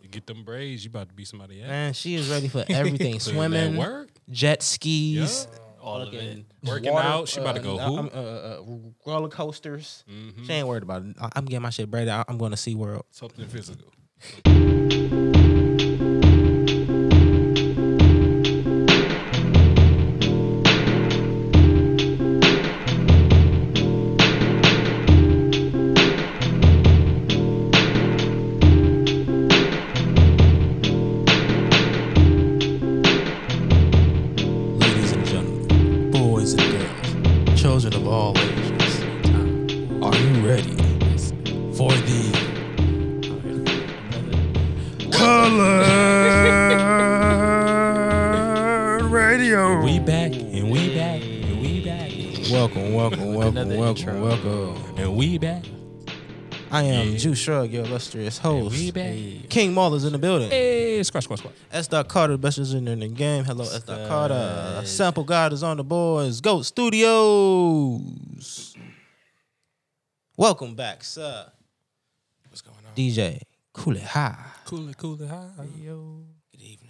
You get them braids, you about to be somebody else. Man, she is ready for everything. Putting in that Swimming, work, jet yeah, skis, All of it. fucking working water- out. She about to uh, go uh, who? um, uh, uh, roller coasters. Mhm. She ain't worried about it. I- I'm getting my shit braided. I- I'm going to Sea World. Something physical. Ladies and gentlemen, boys and girls, children of all ages, are you ready for the color radio? We back and we back and we back. Welcome, welcome, welcome, Another welcome, intro. welcome. And we back. I am Juice Shrug, your illustrious host. We back. King Maul is in the building. Hey, squash, squash, squash. S. Dot Carter, best listener in the game. Hello, S. Dot Carter. Sample God is on the boards. Go Studios. Welcome back, sir. What's going on? DJ Cool It High. Cool it, cool it, hi. Good evening.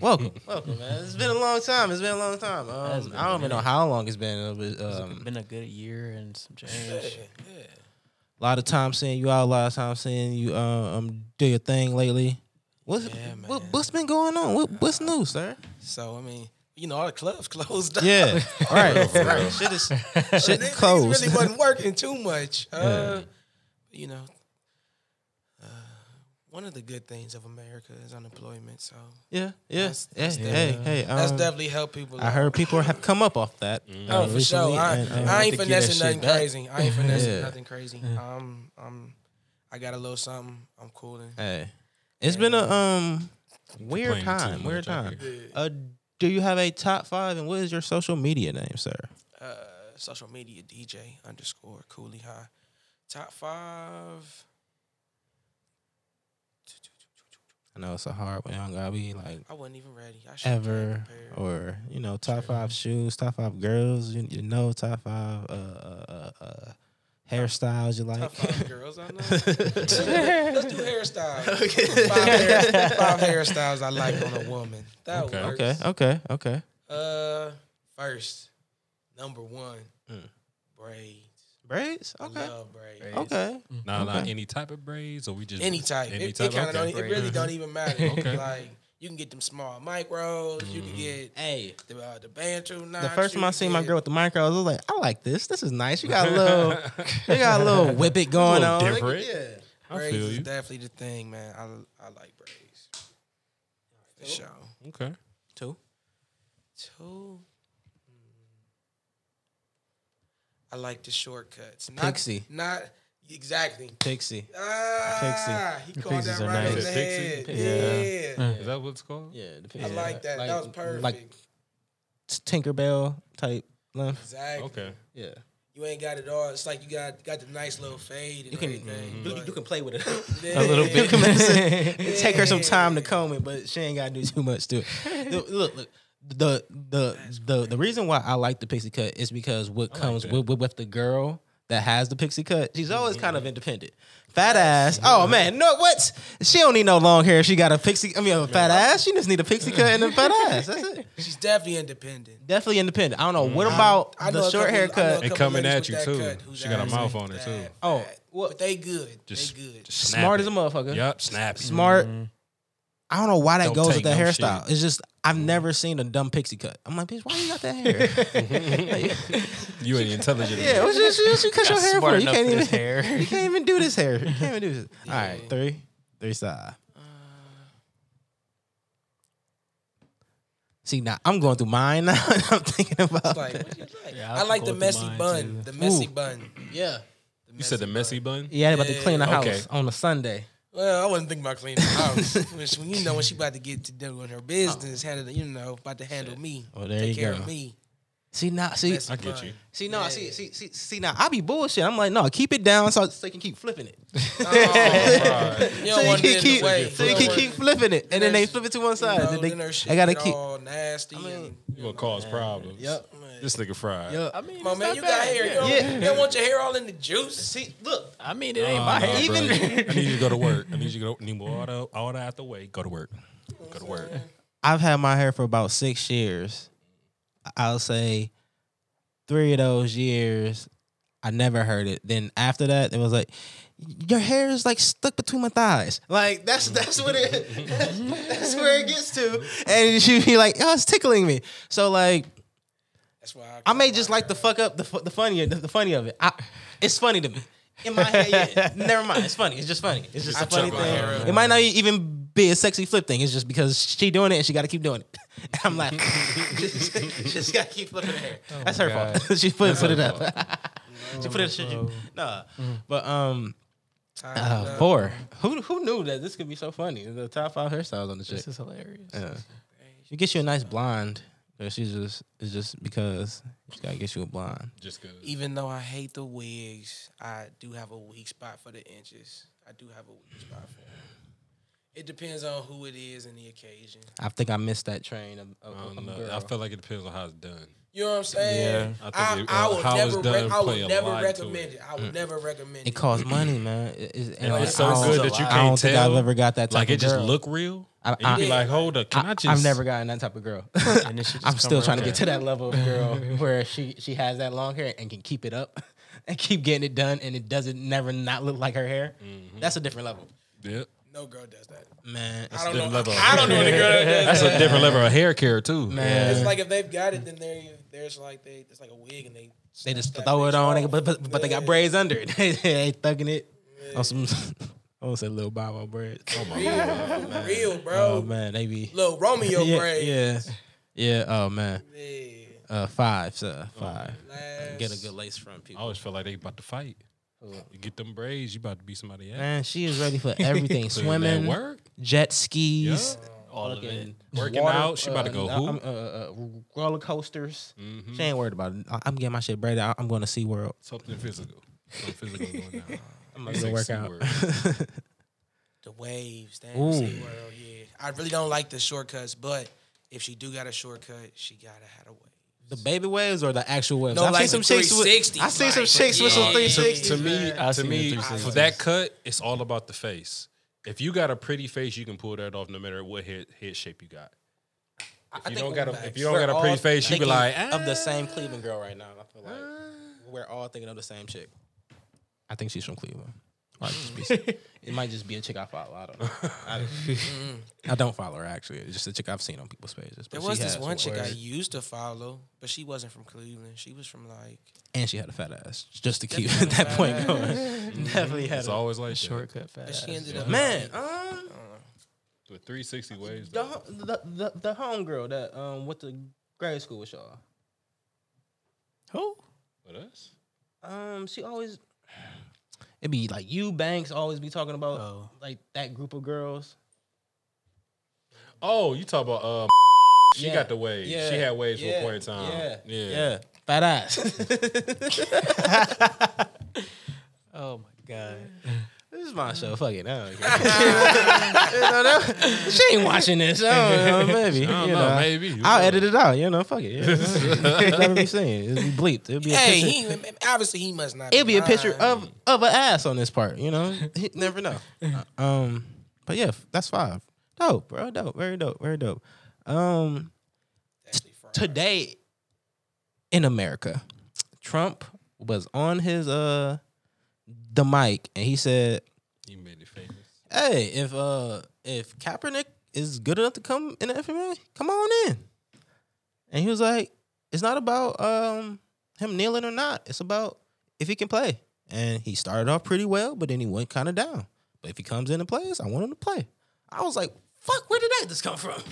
Welcome, welcome, man. It's been a long time. It's been a long time. Um, been I a don't even know minute. how long it's been. It was, it's um, been a good year and some change. a lot of time seeing you out. A lot of time seeing you uh, um do your thing lately. What's Yeah, man. what, what's been going on? What, what's new, sir? So I mean, you know, all the clubs closed. Up. Yeah, right, real. right. Shit is So shit they- they closed. Really wasn't working too much. Uh, You know, uh, one of the good things of America is unemployment. So Yeah, yeah. That's- that's hey, definitely- hey, hey, that's um, definitely helped people. I heard people have come up off that. uh, Oh, for sure. recently, I, and, um, I have ain't to give that finessing shit nothing back. crazy. I ain't finessing Yeah. nothing crazy. Um, I'm, I got a little something. I'm cooling. Hey, it's been a um weird Complaining too time. Weird much out time. Uh, do you have a top five, and what is your social media name, sir? Uh, social media DJ underscore Cooley High. Top five. I know it's a hard one. I gotta be like I wasn't even ready. I should ever or you know top five shoes, top five girls, you, you know top five uh, uh, uh, uh, hairstyles you like. Top five girls I know. Let's do hairstyles. Five, hair, five hairstyles I like on a woman. That Okay. works. okay, okay, okay. Uh, first, number one, Mm. braids. Braids. I Okay. love braids. Braids. Okay. Nah, nah. Okay. Any type of braids, or we just Any type. Any it, type. It, kinda okay. don't, e, it really don't even matter. Okay. Mm-hmm. Like you can get them small micros. You can get Hey, the uh, the banjo. The first time I seen my girl with the micro, I was like, I like this. This is nice. You got a little, you got a little whippet going little on. Like, different. yeah. I braids feel is you. definitely the thing, man. I I like braids. For sure. Okay. Two. Two. I like the shortcuts. Not, Pixie. Not exactly. Pixie. Ah, he called Pixies that are right in nice. the head. Pixie? Yeah. Is that what it's called? Yeah, the I like that. that was perfect. Like Tinkerbell type length. exactly. Okay. Yeah. You ain't got it all. It's like you got got the nice little fade and You can, Mm-hmm. everything. you, but- you can play with it a Yeah. little bit. It Take her some time to comb it, but she ain't gotta do too much to it. Look, look, look, the the the the reason why I like the pixie cut is because what comes that. with, with with the girl that has the pixie cut, she's always kind of independent. Fat ass. Oh man, no what? She don't need no long hair. She got a pixie. I mean, a fat ass. She just need a pixie cut and a fat ass. That's it. She's definitely independent. Definitely independent. I don't know. What about Mm-hmm. I know the a short couple- I know a haircut? It couple coming ladies at with you, that too. cut whose She got a eyes mouth ain't on her, that too. bad. Oh, well, But they good. Just- they good. Just snap smart it. as a motherfucker. Yup, snap. it. smart. I don't know why that Don't goes with take that no hairstyle. It's just I've never seen a dumb pixie cut. I'm like, bitch, why you got that hair? Like, You ain't intelligent. yeah, what you, what you cut your hair for? You smart enough can't for even this hair. You can't even do this hair. You can't even do this. All right, Yeah. three, three side. See now, I'm going through mine now, and I'm thinking about. Like, that. what you like? Yeah, I, I like go the through messy mine, bun. too. The messy Ooh. bun. yeah, The You said the messy bun? yeah, they about to clean the house Okay. on a Sunday. Well, I wasn't thinking about cleaning the house. when she, you know, when she about to get to doing her business, handle, you know, about to handle me, Well, Oh. there take you care go. of me. See now, see, Messy I get bun. you. see now, Yeah. see, see, see, see now. I be bullshit. I'm like, no, keep it down so, so you can keep flipping it. right. Oh, You so don't you want it can in keep, the way. so you You can don't keep want- flipping it, and then they There's- flip it to one You side. know, Then they- then her shit I gotta get keep. all nasty. I mean, and, You gonna cause problems? Yep. man. This nigga fried. Yeah. I mean, Come on, it's man, not you got bad, hair. You yeah. don't, Yeah. you don't want your hair all in the juice. See, look, I mean, it ain't Oh, Nah, my nah, hair. bro. Even- I need you to go to work. I need you to go. Need all that, all that out the way. Go to work. Go to work. I've had my hair for about six years. I'll say three of those years, I never heard it. Then after that, it was like, your hair is like stuck between my thighs. Like that's that's what it that's where it gets to. And she'd be like, oh, it's tickling me. So like That's why I may just like the fuck up the fu- the funny the, the funny of it. I, it's funny to me. In my head, yeah, never mind. It's funny. It's just funny. It's just I a funny chuck my hair thing. up. It might not even be a sexy flip thing. It's just because she doing it and she got to keep doing it. I'm like, just, just got to keep flipping her hair. That's her fault. she put, put it up. she put it. Should you? Nah. But um, uh, four. Who who knew that this could be so funny? The top five hairstyles on the chick. This is hilarious. Yeah. She gets you a nice blonde. But she's just it's just because she gotta get you a blonde. Just cause. Even though I hate the wigs, I do have a weak spot for the inches. I do have a weak spot for them. It depends on who it is and the occasion. I think I missed that train of, of, I of don't know. girl. I feel like it depends on how it's done. You know what I'm saying? Yeah. I I, think it- I, uh, how it's will never, done rec- I play a will never lot to recommend it. Mm. it. I will never recommend it it. costs money, man. It- it's, and And like, it's so I don't- good that you I don't can't think tell. I've ever got that type Like of it just girl. look real. I- and you I- be like, hold up, can I, just? I've never gotten that type of girl. And then she just I'm come still right trying to back. get to that level of girl where she she has that long hair and can keep it up and keep getting it done and it doesn't never not look like her hair. Mm-hmm. That's a different level. Yep. No girl does that. Man, I don't different know. level of I don't know any girl that does That's that. a different level of hair care too. Man. It's like if they've got it, then they're there's like they it's like a wig and they They just That throw it bitch on, they- off. but, but, but they got Yeah. braids under it. they ain't thugging it on some. I want to say little Bob Wow braids. Oh, Oh my God. real, bro. oh man, they be Little Romeo yeah, braids. yeah, yeah. Oh man, Yeah. uh, five, sir, five. Last, Get a good lace front, I people. always feel like they about to fight. You get them braids, you about to be somebody else. Man, she is ready for everything: So that swimming, work, jet yeah, skis, all of it. fucking Working water- out, she about to uh, go uh, who? um, uh, uh, roller coasters. Mhm. She ain't worried about it. I- I'm getting my shit braided. I- I'm going to Sea World. Something physical. Something physical going down. I'm You gonna say go work C out. word. the waves. Damn, Ooh. SeaWorld, yeah. I really don't like the shortcuts, but if she do got a shortcut, she gotta have a wave. The baby waves or the actual waves? No, I've like seen some the chicks with. 360s, I seen some like, chicks with some yeah. three Uh, to, sixties. to me, I to seen me, the for 360s. that cut, it's all about the face. If you got a pretty face, you can pull that off no matter what head, head shape you got. If you think don't we're got back. a, if you don't got a pretty face, you be like, ah, of the same Cleveland girl right now. I feel like we're all thinking of the same chick. I think she's from Cleveland. Might just be- it might just be a chick I follow. I don't know. "Ah." I, I don't follow her actually. It's just a chick I've seen on people's pages. There but she was this has one chick I words. used to follow, but she wasn't from Cleveland. She was from like and she had a fat ass. Just to keep Definitely that had a point fat going, Mm-hmm. definitely had it's a always like short. shortcut fast. but she ended up man. Um, With 360 waves, the, though. ho- the the the homegirl that um went to grade school with y'all. Who? with us. Um, she always it be like you Banks always be talking about Oh. like that group of girls. Oh, you talk about uh, she Yeah. got the waves. Yeah. She had waves for Yeah. a point in time. Yeah. yeah. Yeah, fat ass. Oh my god. This is my show. Fuck it. I don't care. You know, that- she ain't watching this. I don't know. I Maybe. don't you know, know, maybe. Who I'll knows? edit it out. You know, fuck it. Yeah. That'll be saying. It'll be bleeped. It'll be a Hey, picture. he obviously he must not It'll be a picture blind. of of an ass on this part. You know, You never know. Um, but yeah, that's five. Dope, bro. Dope. Very dope. Very dope. Um, Actually, fried. today in America, Trump was on his uh the mic and he said You made it famous. hey, if uh if Kaepernick is good enough to come in the FMA, come on in. And he was like, it's not about um him kneeling or not. It's about if he can play. And he started off pretty well, but then he went kind of down. But if he comes in and plays, I want him to play. I was like, fuck, where did that just come from?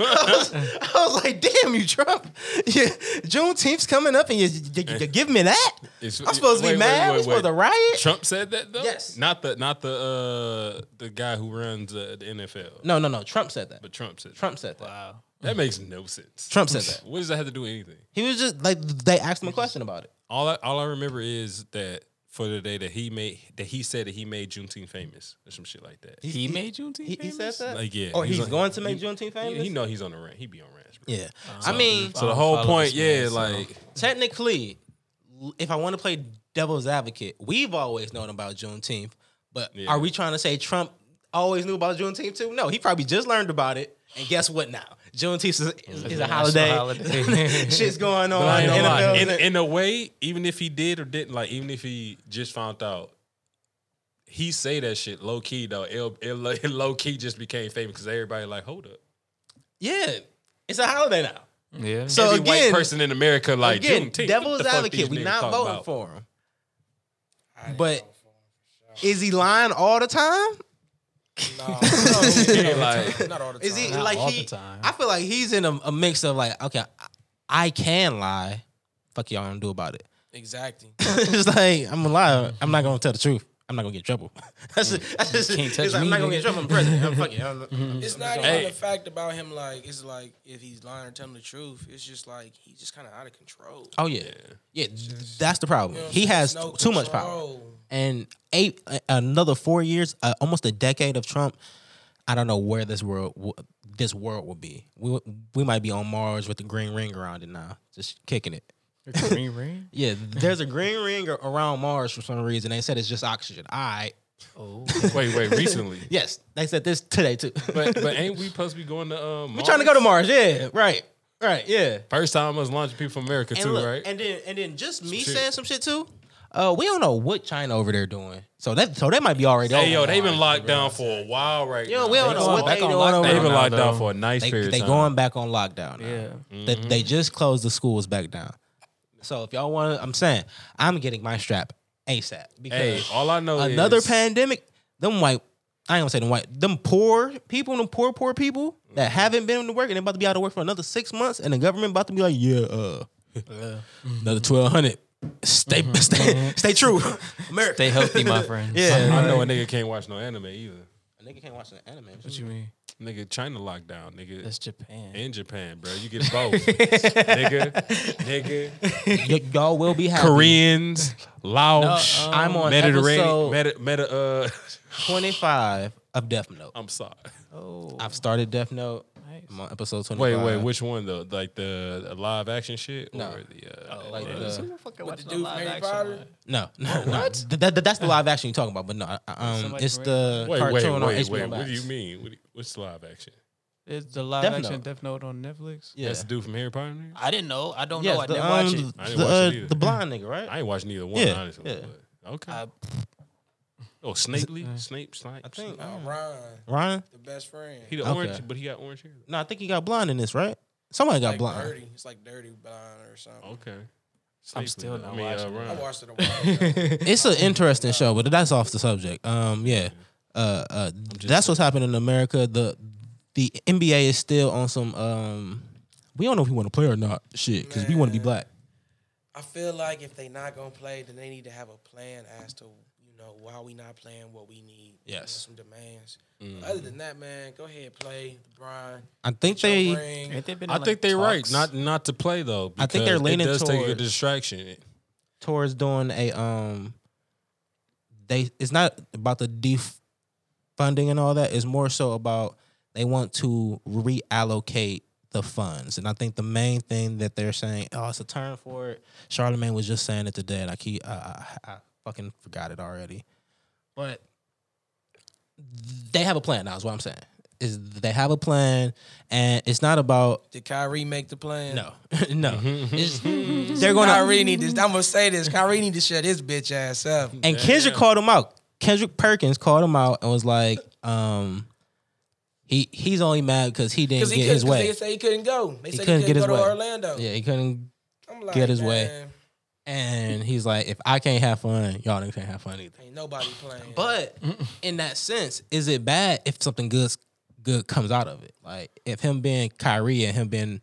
I, was, I was like, damn you, Trump. Yeah, Juneteenth's coming up and you, you, you- you give me that? It's- I'm supposed to wait, wait, be mad. wait, I'm supposed wait. to riot. Trump said that though. Yes. Not the not the uh the the guy who runs uh, the NFL. No, no, no. Trump said that. But Trump said Trump said that. Wow. that makes no sense. Trump said that. What does that have to do with anything? He was just like they asked him a question about it. All I all I remember is that for the day that he made that he said that he made Juneteenth famous or some shit like that. He, made Juneteenth. He, he said famous? that. Like yeah, Or he's, on- going to make he- Juneteenth famous. He, he know he's on the rant. He be on rants. bro. yeah. So- I mean, So the Follow- whole follow point, this man, yeah, so- like technically, l- if I want to play devil's advocate, we've always known about Juneteenth. But Yeah. are we trying to say Trump always knew about Juneteenth too? No, he probably just learned about it. And guess what now? Juneteenth is, is, is a national holiday. holiday. Shit's going on. But I ain't gonna lie, NFL in, 's in- in a way, even if he did or didn't, like even if he just found out, he say that shit low key though. It, low key just became famous because everybody like, hold up. yeah, it's a holiday now. Yeah. So- Every white again- person in America like Again, Juneteenth. devil's What the fuck advocate. these We niggas not talking voting about? for him. I ain't But- voting for Is he lying all the time? him. No, Yeah, no, like- not all the time. Is he Not like all he? the time. I feel like he's in a, a mix of like, okay, I, I can lie. Fuck y'all, don't do about it. exactly? it's like I'm gonna lie. I'm not gonna tell the truth. I'm not gonna get in trouble. That's, it. that's just, can't it's touch like, I'm me, not gonna get in nigga. trouble. I'm president. I'm fucking. I'm, It's not Hey. even a fact about him. Like it's like if he's lying or telling the truth, it's just like he's just kind of out of control. oh yeah, yeah. That's the problem. You know what I'm He saying? has There's no too much power. control. And eight a- another four years, uh, almost a decade of Trump. I don't know where this world w- this world will be. We we might be on Mars with the green ring around it now, just kicking it. Green ring. Yeah, there's a green ring ar- around Mars for some reason. They said it's just oxygen. All right. Oh. Wait, wait, recently. Yes, they said this today too. But but ain't we supposed to be going to um We're trying to go to Mars. Yeah, right, right. Yeah. First time us launching people from America And too, look, right? and then and then just me shit. saying some shit too. Uh, we don't know what China over there doing. So that so they might be already. over hey yo, they Mars. been locked down for a while right Yo, now. we They don't know going what back they on doing lockdown. over They been there. locked Now, down Mm-hmm. for a nice They, period. they of time. going back on lockdown. Now. Yeah. They, they just closed the schools back down. So if y'all want, to, I'm saying I'm getting my strap ASAP because Hey, all I know another is pandemic. Them white, I ain't gonna say them white. Them poor people, them poor poor people Mm-hmm. that haven't been to work and they about to be out of work for another six months, and the government about to be like, yeah, uh, another twelve hundred. Stay, Mm-hmm. stay, stay true, America. Stay healthy, my friends. Yeah. I know a nigga can't watch no anime either. A nigga can't watch an anime. What you mean? Nigga, China lockdown, nigga. That's Japan. in Japan, bro. You get both. nigga, nigga. Y- y'all will be happy. Koreans, Laos, No, um, I'm on Mediterranean, episode- meta, meta, uh, Twenty five of Death Note. I'm sorry. Oh. I've started Death Note. Nice. I'm on episode twenty Wait, five. wait, which one though? Like the, the live action shit? No. Or the, uh, Like uh, the, With the dude from Harry Potter, no, no, what? that, that- that's the live action you're talking about, but no, I- I- um, Somebody it's from- the wait, wait, cartoon wait, on wait, HBO Max. What do you mean? What do you, what's live action? It's the live Death action Note. Death Note on Netflix. Yeah. That's the dude from Harry Potter. nigga? I didn't know. I don't know. I the, didn't um, I watch it. didn't the, watch it uh, either. the blind nigga, right? I ain't watched neither one, Yeah, honestly. yeah. But, okay. I- oh, Snape Lee? Snape, Snape. I think- uh, Ron, Ryan? the best friend. He the Okay. orange, but he got orange hair. No, I think he got blind in this, right? Somebody got like blind. Dirty. It's like dirty blind or something. Okay. I'm Snape Lee, still though. not I mean, watching it. uh, I Ron. watched it a while um, ago. It's an interesting show, but that's off the subject. Um, yeah, uh, uh that's what's happening in America. The the NBA is still on some um, we don't know if we want to play or not, shit, because we want to be Man. black. I feel like if they not gonna play, then they need to have a plan as to you know why we not playing what we need. You know, Yes. some demands. Mm. Other than that, man, go ahead play LeBron. I think Joe they. Ring. Ain't they been I in, like, think they're right talks? not not to play though. I think they're because leaning it does take a towards- distraction. towards doing a um they it's not about the defunding and all that it's more so about they want to reallocate the funds and i think the main thing that they're saying oh it's a term for it charlemagne was just saying it today and i keep i, I, I fucking forgot it already but they have a plan now is what i'm saying is they have a plan and it's not about Did Kyrie make the plan? no no it's, They're gonna. Kyrie need this. I'm gonna say this. Kyrie need to shut his bitch ass up. And Kendrick called him out. Kendrick Perkins called him out and was like, um, he he's only mad because he didn't Because get he his couldn't. 'cause way. They say he couldn't go. They He said couldn't he get couldn't his go to way. Orlando. Yeah, he couldn't. I'm like, get his way. man, And he's like, if I can't have fun, y'all niggas can't have fun either. Ain't nobody playing. But in that sense, is it bad if something good good comes out of it? Like if him being Kyrie and him being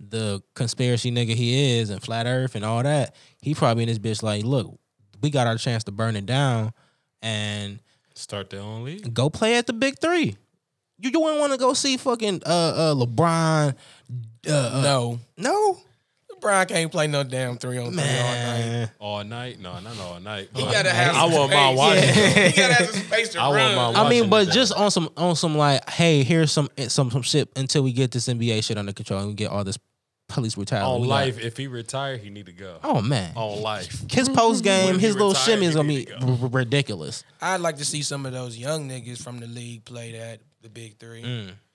the conspiracy nigga he is and flat earth and all that, he probably in this bitch like, look, we got our chance to burn it down and Start their own league. Go play at the big three. You, you wouldn't want to go see fucking uh, uh, LeBron. Uh, uh, No, No, LeBron can't play no damn three on three all night. man. All night? No, not all night. He But gotta have I some want my space. watch. He gotta have some space to I want run. my I mean, watching but that. just on some on some like, hey, here's some eh, some some shit until we get this NBA shit under control and we get all this police brutality. On We got- Oh, life, if he retire, he need to go. Oh man, On life. his post game, When he his little retired, shimmy is he gonna need be to r- r- ridiculous. I'd like to see some of those young niggas from the league play that the big three.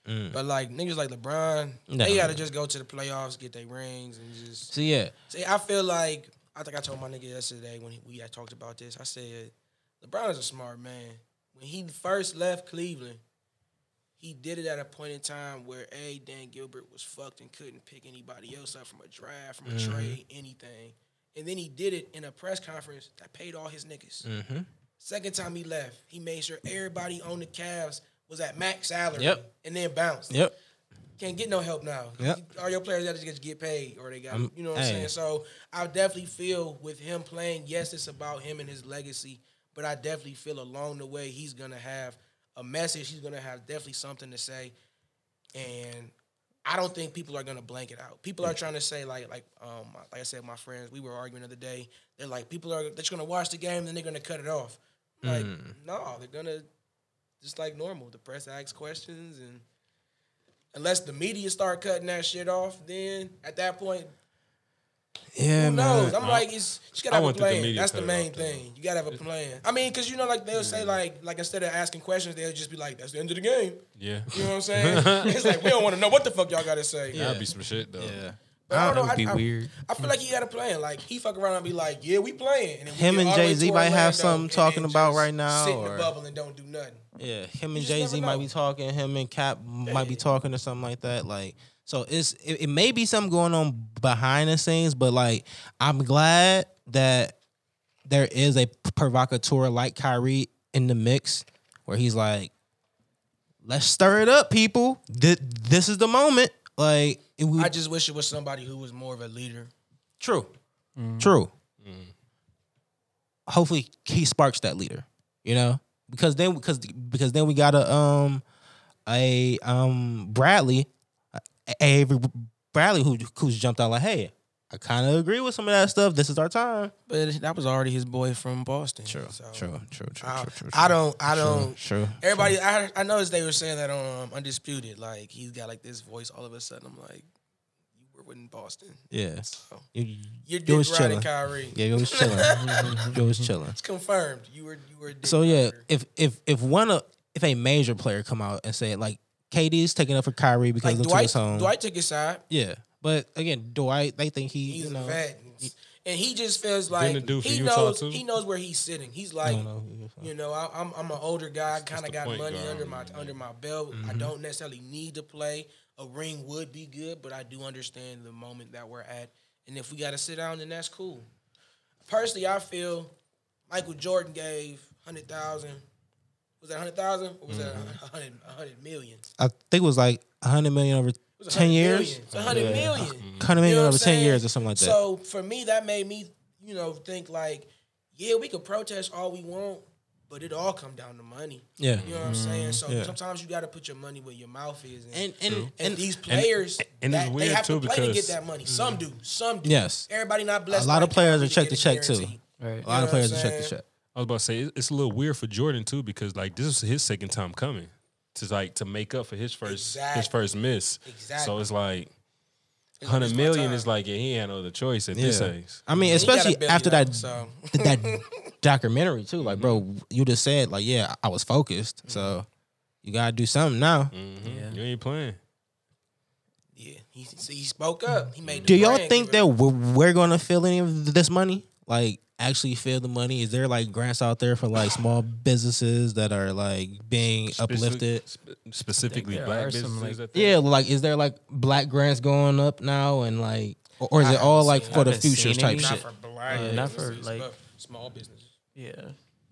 Mm. But like niggas like LeBron, No. they gotta just go to the playoffs, get their rings, and just So yeah, see. I feel like I think I told my nigga yesterday when we had talked about this. I said LeBron is a smart man. When he first left Cleveland, he did it at a point in time where a Dan Gilbert was fucked and couldn't pick anybody else up from a draft, from a Mm-hmm. trade, anything. And then he did it in a press conference that paid all his niggas. mm-hmm. Second time he left, he made sure everybody on the Cavs was at max salary. Yep. And then bounced. yep. Can't get no help now. Yep. All your players got to just get paid or they got, Um, you know what I'm hey. saying? So I definitely feel with him playing, yes, it's about him and his legacy, but I definitely feel along the way he's going to have a message. He's going to have definitely something to say. And I don't think people are gonna blank it out. People are trying to say like like um like I said, my friends, we were arguing the other day. They're like people are they're just gonna watch the game, then they're gonna cut it off. Like no, they're gonna just like normal. The press asks questions, and unless the media start cutting that shit off, then at that point, Yeah, who knows? man. I'm like, it's you I gotta have a wouldn't think the plan. media That's the cut it main off, though. thing. You gotta have a plan. I mean, because you know, like they'll say like like instead of asking questions, they'll just be like, that's the end of the game. Yeah. You know what I'm saying? it's like we don't want to know what the fuck y'all gotta say. That'd be some shit though. Yeah. But I That don't know. would be I, I- weird. I feel like he got a plan. Like he fuck around and be like, "Yeah, we playing." And then we Him get and all the way Jay-Z to might have Orlando something and talking then about just right now, Sit in the or- bubble and don't do nothing. Yeah, him and You just never Jay Z might be know. talking. Him and Cap might be talking or something like that. Like, so it's it, it may be something going on behind the scenes, but like, I'm glad that there is a provocateur like Kyrie in the mix, where he's like, "Let's stir it up, people. Th- this is the moment." Like, it would, I just wish it was somebody who was more of a leader. True. Mm. True. Hopefully he sparks that leader, you know? Because then because because then we got a um a um Bradley a- Avery Bradley who who's jumped out like, "Hey, I kind of agree with some of that stuff. This is our time." But that was already his boy from Boston. True. True. I, I don't. I don't. True. Everybody, I heard- I noticed they were saying that on um, Undisputed. Like he's got like this voice. All of a sudden, I'm like, you were in Boston. Yeah. So You, you're You was dick riding chilling. Kyrie. yeah, you was chilling. you was chilling. It's confirmed. You were. You were. a dick So yeah, rider. if if if one of if a major player come out and say like KD's taking up for Kyrie because Like of Dwight. his home, Dwight took his side. yeah. But again, Dwight, they think he, He's you know, a vet. And he just feels like it do for he Utah, knows too? he knows where he's sitting. He's I like, don't know. he was fine. you know, I, I'm I'm an older guy, kind the of got point Mm-hmm. money guard, under my man. under my belt. I don't necessarily need to play. A ring would be good, but I do understand the moment that we're at. And if we got to sit down, then that's cool. Personally, I feel Michael Jordan gave hundred thousand. Was that hundred thousand or was Mm-hmm. that a hundred a hundred million? I think it was like hundred million over It was a ten hundred years, million. It's a hundred Yeah. million. hundred million You know what over I'm ten saying? years or something like that. So for me, that made me, you know, think like, yeah, we could protest all we want, but it all come down to money. yeah, You know what I'm saying? So yeah. sometimes you got to put your money where your mouth is, and and and, and, and these players, and that, it's weird, they have too, to play to get because- that money. Some do, some do. Yes. everybody not blessed. A lot of like players Kyrie are check get to a check, too. guarantee. Right. a lot of you know what players are I'm check to saying? check. I was about to say it- it's a little weird for Jordan too because like this is his second time coming to like to make up for his first his Exactly. first miss. So Exactly. it's like It's like, hundred it's my million time. is like yeah, he ain't no other choice at this Yeah. age. I mean, He got a especially billion after though, that So Mm-hmm. that documentary too. Like, bro, you just said like, yeah, I was focused, so you gotta do something now. Mhm. You ain't playing. yeah, he, see, he spoke up. He made. the Do y'all brand think give that it- we're, we're gonna feel any of this money? Like actually feel the money? Is there like grants out there for like small businesses that are like being uplifted? Specific- spe- specifically there black are some, businesses. like- I think. Yeah, like is there like black grants going up now and like, or, or is I it all haven't like seen for it. the I haven't seen futures type any. not shit? for black, Yeah, not for, businesses, like- but small businesses? Yeah.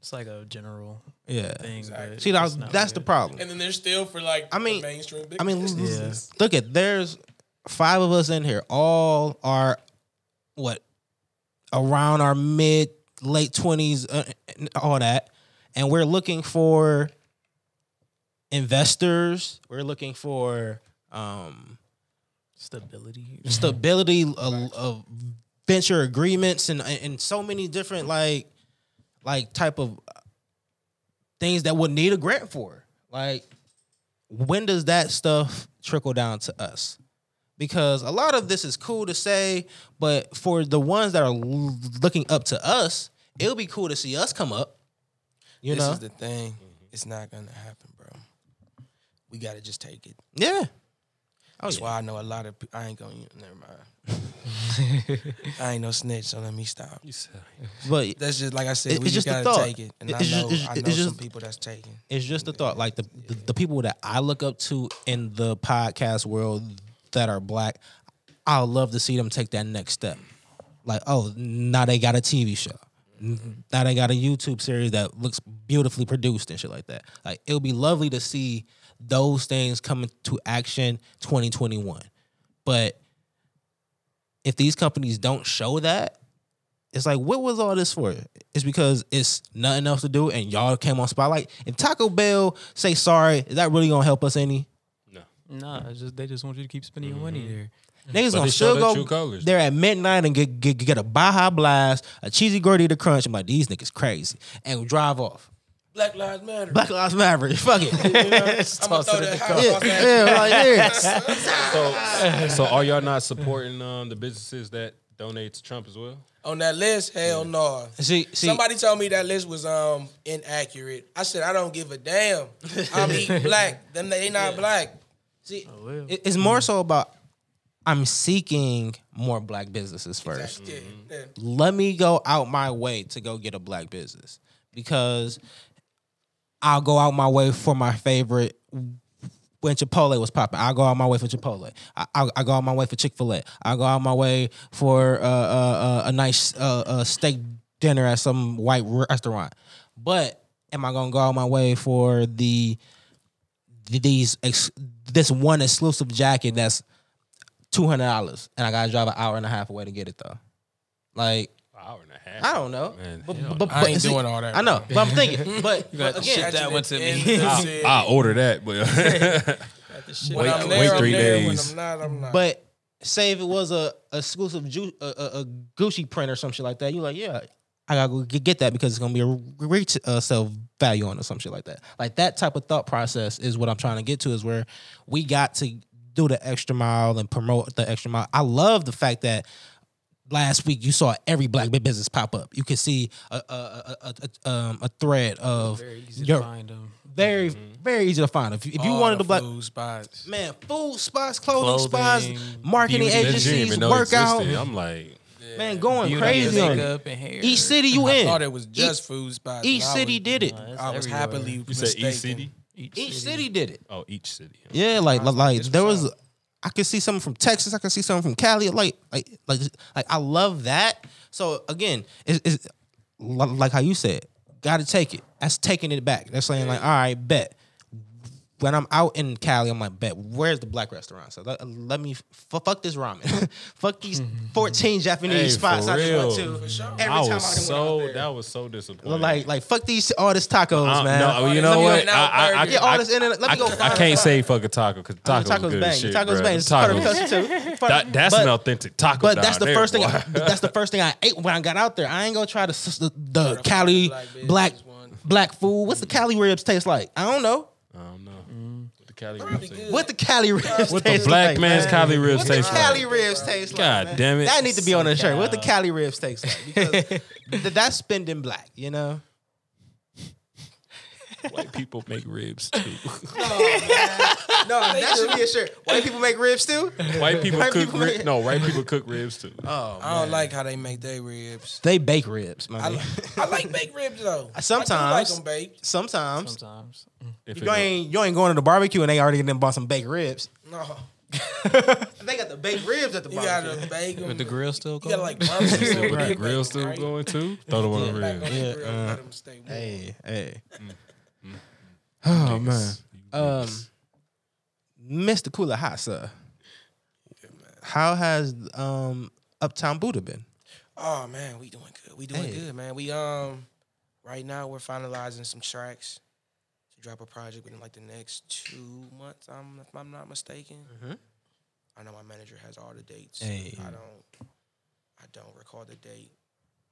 It's like a general Yeah. thing. Exactly. but See, that's, it's not that's the good. problem. And then there's still for like I mean- the mainstream. Big I mean, business. Yeah. look at there's five of us in here. All are what around our mid late twenties, uh, and all that, and we're looking for investors. We're looking for um, Stability. Mm-hmm. stability of, of venture agreements and and so many different like like type of things that would need a grant for. Like when does that stuff trickle down to us? Because a lot of this is cool to say, but for the ones that are l- looking up to us, it'll be cool to see us come up. You this know, is the thing. It's not gonna happen, bro. We gotta just take it. yeah. Oh, That's why I know a lot of. pe- I ain't gonna. Never mind. I ain't no snitch, so let me stop. You said- But That's just like I said. It- we it's just just a gotta thought. take it, and I It's just- know it's- I it's know some just- people that's taking. It's just a thought. Like the, the the people that I look up to in the podcast world that are black, I would love to see them take that next step. Like, oh, now they got a TV show. Now they got a YouTube series that looks beautifully produced and shit like that. Like it would be lovely to see those things coming to action 2021. But if these companies don't show that, it's like, what was all this for? It's because it's nothing else to do, and y'all came on spotlight. If Taco Bell say sorry, is that really gonna help us any? Nah, it's just they just want you to keep spending your money there. Niggas Mm-hmm. But gonna they show still their true go colors. there at midnight and get, get get a Baja Blast, a cheesy gordita to crunch. I'm like, these niggas crazy, and drive off. Black Lives Matter. Black Lives Matter, fuck it. yeah, I'm gonna throw that house yeah, off that. like, yeah. So, so are y'all not supporting um, the businesses that donate to Trump as well? on that list. Hell no. See, see, Somebody told me that list was um inaccurate. I said I don't give a damn. I'm eating black. Them they not black. Oh, see well. it- it's more so about I'm seeking more black businesses first. That's it. Yeah. let me go out my way to go get a black business because I'll go out my way for my favorite when Chipotle was popping. I'll go out my way for Chipotle. I, I'll, I'll go out my way for Chick fil A. I'll go out my way for uh, uh, uh, a nice uh, uh, steak dinner at some white restaurant. But am I going to go out my way for the these ex, this one exclusive jacket that's $200 and I got to drive an hour and a half away to get it though? Like, hour and a half. I don't know. Man, but, hell but, no. but- I ain't see, doing all that, I know, but I'm thinking. But, but to again, shit that one to me. In the I, city. I order that, but When Ah, Wait- I'm there, wait I'm three there. days. When I'm not, I'm not. but say if it was a a exclusive Ju- a, a, a Gucci print or some shit like that, you like, yeah, I gotta go get get that because it's gonna be a retail uh, sell value on it or some shit like that. Like that type of thought process is what I'm trying to get to is where we got to do the extra mile and promote the extra mile. I love the fact that last week you saw every black business pop up. You could see a a, a, a, a, um, a thread of Very easy your- to find them. very very easy to find. If you, if you wanted to the black food spots. man, food spots, clothing, spots, Clothing, marketing beauty, that gym agencies, and no workout, existed. I'm like, man, going Beauty, crazy on it. makeup, and hair. Each city you I in, thought it was just food spots. each but I city was- did it. Nah, it's I was everywhere. happily you said mistaken. each city? Each, Each city did it. Oh, each city. Yeah, like like, like it's there what's was. I could see something from Texas. I could see something from Cali. Like like like like I love that. So again, it's, it's li- like how you said, got to take it. That's taking it back. That's saying like, all right, bet. When I'm out in Cali, I'm like, bet. Where's the black restaurant? So let, let me f- fuck this ramen. fuck these 14 Japanese Mm-hmm. Hey, spots for I just went real. to. For sure. Every I time I was went out so there. that was so disappointing. Like like fuck these all this tacos, Uh, man. no, you know Let me what? go I, I, I, now, I, burger. Get all this in and let me go. I find can't it. say fuck a taco because taco tacos good bang. as shit, tacos bruh. bang. It's part of the Tacos- culture, too. Part of- That, that's but- an authentic taco. But down that's the there, first thing. boy. I, that's the first thing I ate when I got out there. I ain't gonna try the s- the, the find Cali the black bitch, black just one. black food. What's the Cali ribs taste like? I don't know. I don't know. What the Cali Probably ribs taste good. What the Cali ribs? What the taste black like, man's man? Cali ribs What the taste Cali like? ribs taste like? God man? damn it. That need to be on a shirt. What the Cali ribs taste like? Because th- that's spending black. You know. White people make ribs too. No, that should be a shirt. White people make ribs too. White people White cook people ribs. make- No, white people cook ribs too. I don't like how they make their ribs. They bake ribs, I, man. li- I like baked ribs though. I do like Sometimes. them baked. Sometimes sometimes. If you it- ain't you ain't going to the barbecue and they already done bought some baked ribs. No, They got the baked ribs at the you gotta bake them. But the grill still you going. gotta like barbecue them. But the Right. grill's still Right. going too. Throw the one over Back here. on the grill, let uh, 'em stay warm. Hey, hey. Oh man. Mm-hmm. Um Mr. Kula Hot sir. How has um Uptown Buddha been? Oh man, we doing good. We doing Hey. good, man. We um Right now, we're finalizing some tracks to drop a project within like the next two months. I'm, if I'm not mistaken. Mhm. I know my manager has all the dates. Hey. I don't, I don't recall the date,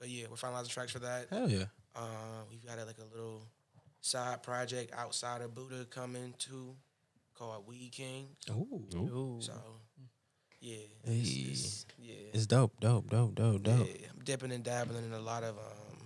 but yeah, we're finalizing tracks for that. Hell yeah. Uh, we've got a, like a little side project outside of Buddha coming too, called Weed King. Ooh. So, yeah, Hey. it's, it's, yeah, It's dope, dope, dope, dope, dope. yeah, I'm dipping and dabbling in a lot of um,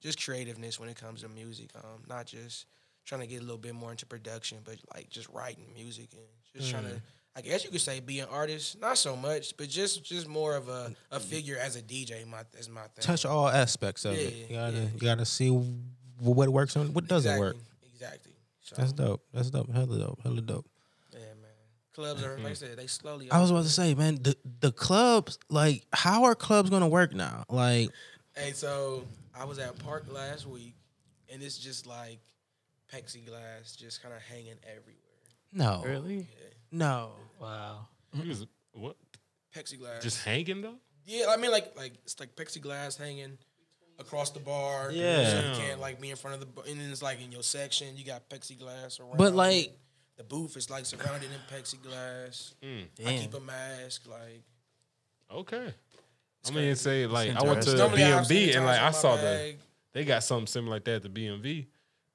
just creativeness when it comes to music. Um, not just trying to get a little bit more into production, but like just writing music and just trying Mm. to. I guess you could say be an artist, not so much, but just just more of a, a figure as a DJ. My is my thing. Mm. Touch all aspects of Yeah, it. You gotta, yeah. you gotta see w- what works and what doesn't exactly, work. Exactly. So, That's dope. That's dope. Hella dope. Hella dope. yeah, man. Clubs are like I said, they slowly. I was about to say, man, the the clubs, like, how are clubs gonna work now? Like, Hey, so I was at Park last week, and it's just like plexiglass, just kind of hanging everywhere. no, Really? no. Wow. He was- what? Plexiglass. Just hanging though? Yeah, I mean, like like it's like plexiglass hanging across the bar. Yeah. so you can't like be in front of the bar. and then it's like in your section you got plexiglass around. But like, the booth is like surrounded in plexiglass. I damn, keep a mask. Like Mm, Okay. I mean, say like I went to interesting. Normally, I've seen BMV and times like in I my saw the bag. they got something similar like that at the BMV.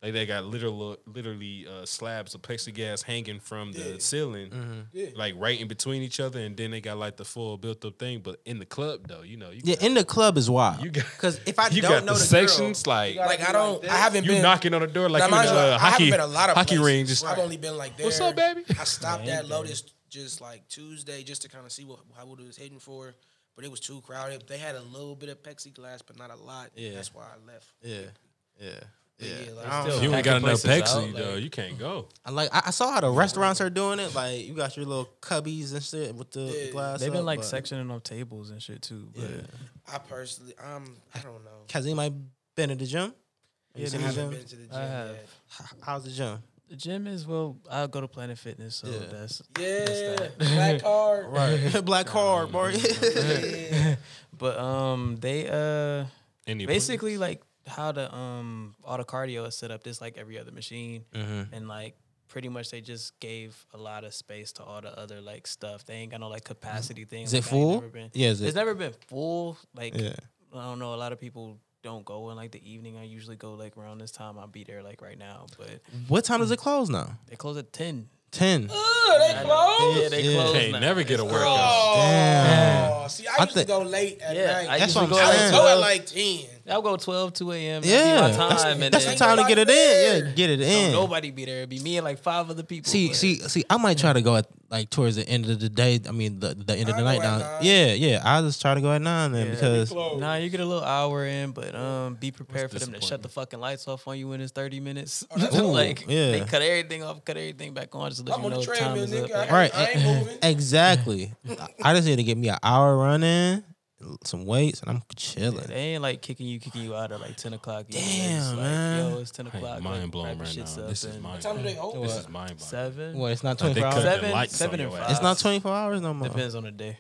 Like they got literal, literally uh, slabs of plexiglass hanging from the Yeah. ceiling, Yeah. like right in between each other, and then they got like the full built up thing. But in the club though, you know, you yeah, got, in the club is wild. you got Because if I you don't got know the the, sections like you, Like I don't. I haven't been. knocking on the door like you Now, in mind the you, uh, I haven't hockey been a lot of hockey places. ring. Just I've only been like there. What's up, baby? I stopped at Lotus just like Tuesday just to kind of see what how what it was heading for, but it was too crowded. They had a little bit of plexiglass, but not a lot. Yeah. That's why I left. girl. Yeah, yeah, yeah, like, I, don't still- know. you ain't got enough Places Pepsi out, though. like- you can't go. I like. I, I saw how the restaurants are doing it. Like, you got your little cubbies and shit with the Yeah. glass. They've up, been like but- sectioning up tables and shit too. But Yeah. I personally, I'm I don't know. Kazim, I been at the gym. You I seen the haven't gym? been to the gym I have. yet. H- How's the gym? The gym is well. I go to Planet Fitness, so Yeah. that's Yeah, that. black card. Black card, boy. Yeah. But um, they uh Any basically like how the um all the cardio is set up. This like every other machine, Mm-hmm. and like pretty much they just gave a lot of space to all the other like stuff. They ain't got no like capacity thing. Is it like, I ain't full? never been- Yeah, is It's it? never been full. Like Yeah. I don't know. A lot of people don't go in like the evening. I usually go like around this time. I'll be there like right now, but What time does it close now? they close at ten. Ten. Ugh, they closed. Yeah, they Yeah. close. can't now. never get a It's- workout. Oh, Damn. see, I used think- to go late at Yeah, night. I That's what usually go I'm out I saying. would at go at 12. like ten. I'll go 12, 2 a.m. Yeah, That'd be my that's- time. and that's the then time to get it in. Yeah, there. get it Don't in. nobody be there. It'd be me and like five other people. See, but- see, see. I might try to go at like towards the end of the day. I mean, the, the end of the I'll night go at now. nine. Yeah, yeah. I just try to go at nine then Yeah. because Closed. Nah, you get a little hour in, but um, be prepared for them to shut disappointment? the fucking lights off on you when it's thirty minutes. that's cool. like Yeah. they cut everything off, cut everything back on, just to let I'm you on know the time treadmill, is up. nigga. I ain't, All right, I ain't moving. exactly. I just need to get me an hour run in, some weights, and I'm Yeah, chilling. they ain't like kicking you, kicking you out at like ten o'clock. You know, they Damn, just like, man. yo, it's ten I o'clock. ain't like, mind blown wrap your right shits now. up This is and- mind. Time do they open? This What? is mind blowing. seven. Well, it's not Like, twenty four they hours. cut Seven, the lights seven on and your five. ass. It's not twenty four hours no more. Depends on the day.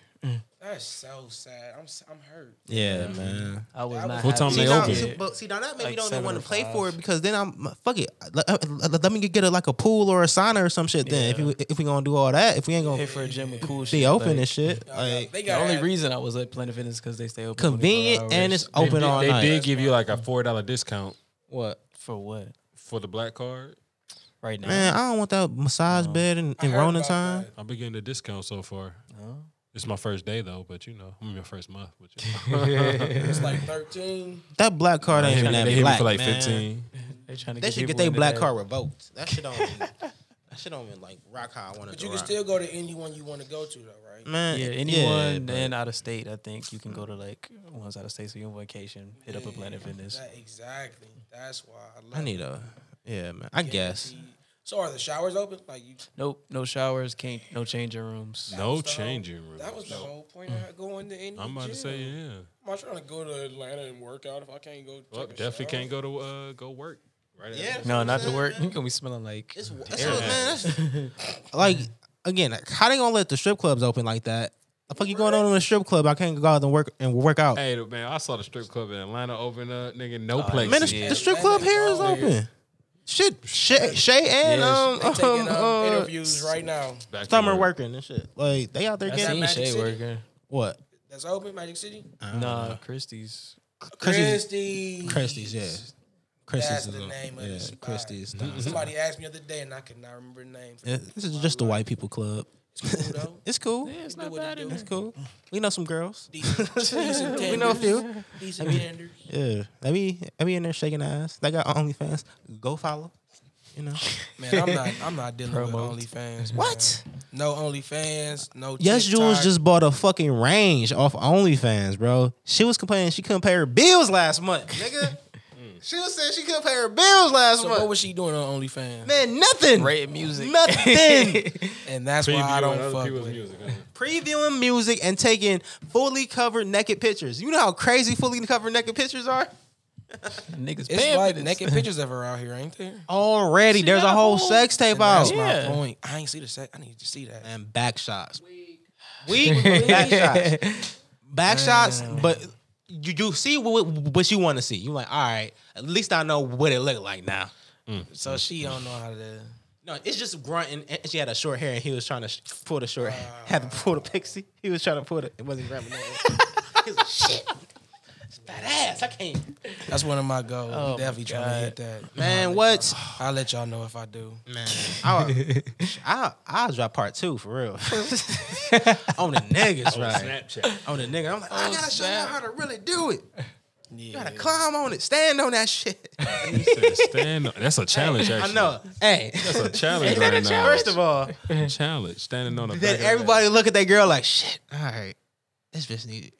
That's so sad. I'm s- I'm hurt. Yeah, man. I was That not. was- What time happy See they with now, open? it. so- but see now that maybe Like don't even seven want or to play five. for it because then I'm fuck it. Let, uh, let- let me get a, like a pool or a sauna or some shit. Then if Yeah. we if we gonna do all that, if we ain't Pay gonna for a gym with cool shit. be open like, and shit, Y'all got- like they The got only reason I was at Planet Fitness because they stay open. 24 convenient and hours. it's open they, all they night. did give you like a four dollar discount what? for what for the black card. right now. Man, I don't want that massage bed in, in Rona time. I've been getting a discount so far. No. It's my first day though, but you know, I'm in my first month. But you It's like 13. That, black card ain't even they that hit me black. for like man. 15. They trying to They get should get people their in black there. card revoked. That shit don't. even- that shit don't even like rock how I want it But to you can rock. still go to anyone you want to go to, though, right? Man, Uh, Yeah, yeah, anyone but- and out of state, I think you can go to like ones out of state. So you're on vacation, hit up a Planet Fitness. That- exactly. That's why I love I need a. Yeah, man. I guess. So are the showers open? Like you, Nope, no showers, can't, no changing rooms. that No was the whole- changing room. That was the whole point of Mm. going to any I'm about gym. to say yeah. I'm not trying to go to Atlanta and work out if I can't go. Well, definitely can't go to uh go work. Right. Yeah. after. No, not to work. You gonna be smelling like It's, that's what- man, that's- like again, like, how they gonna let the strip clubs open like that The fuck you going on in a strip club? I can't go out and work and work out. Hey, man, I saw the strip club in Atlanta open up. Nigga, no place. Man, the, yeah. the strip club here is Atlanta, open. Shit, Shay, Shay and Yeah, um, They taking um, um, uh, interviews right now. Back to summer work. working and shit. Like they out there I That's getting it. seen Magic Shay City? working. what? That's open, Magic City. Nah, Christie's. Christie's, Christie's. Christie's, yeah. Christie's That's is the a- name of yeah, the spot. Christie's. nah. Somebody asked me the other day, and I could not remember the name. Yeah, this is just a white people club. It's cool, though. It's cool. it's not bad It's cool. We know some girls. Decent, decent We know a tenders. few. Decent tenders. Yeah, I be I be in there shaking ass. They got OnlyFans. Go follow. You know Man, I'm not. I'm not dealing Promote. with OnlyFans. man. what? No OnlyFans. No. Yes, Jules TikTok. just bought a fucking range off OnlyFans, bro. She was complaining she couldn't pay her bills last month, nigga. she was saying she couldn't pay her bills last So what month. was she doing on OnlyFans? Man, nothing. Rated music. Nothing. And that's why Previewing I don't other fuck people's with it. music. huh? Previewing music and taking fully covered naked pictures. You know how crazy fully covered naked pictures are? Niggas It's paying like for this. naked pictures of her out here, ain't there? Already, She there's got a a whole whole- sex tape And that's out. my Yeah. point. I ain't see the sex. I need to see that. And back shots. We back shots. back shots, but you you see what what you want to see. You like, all right, at least I know what it looked like now. So she don't know how to. No, it's just grunting. And she had a short hair, and he was trying to sh- pull the short. had to pull the pixie. He was trying to pull it. It wasn't grabbing. That. he was like, shit. It's fat ass. I can't. Oh That's one of my goals. I'm Oh, definitely my trying to hit that. Man, what? I'll let y'all know if I do. Man, I I I'll drop part two for real. Oh, on the niggas, right? Snapchat. On the nigga, I'm like, I gotta show y'all how to really do it. You Yeah. gotta climb on it, stand on that shit. He said, Stand up. That's a challenge, I actually. know. Hey, That's a challenge Ain't right that a now. challenge? First of all, challenge. Standing on a then everybody look at that girl like, shit, all right, this bitch needed.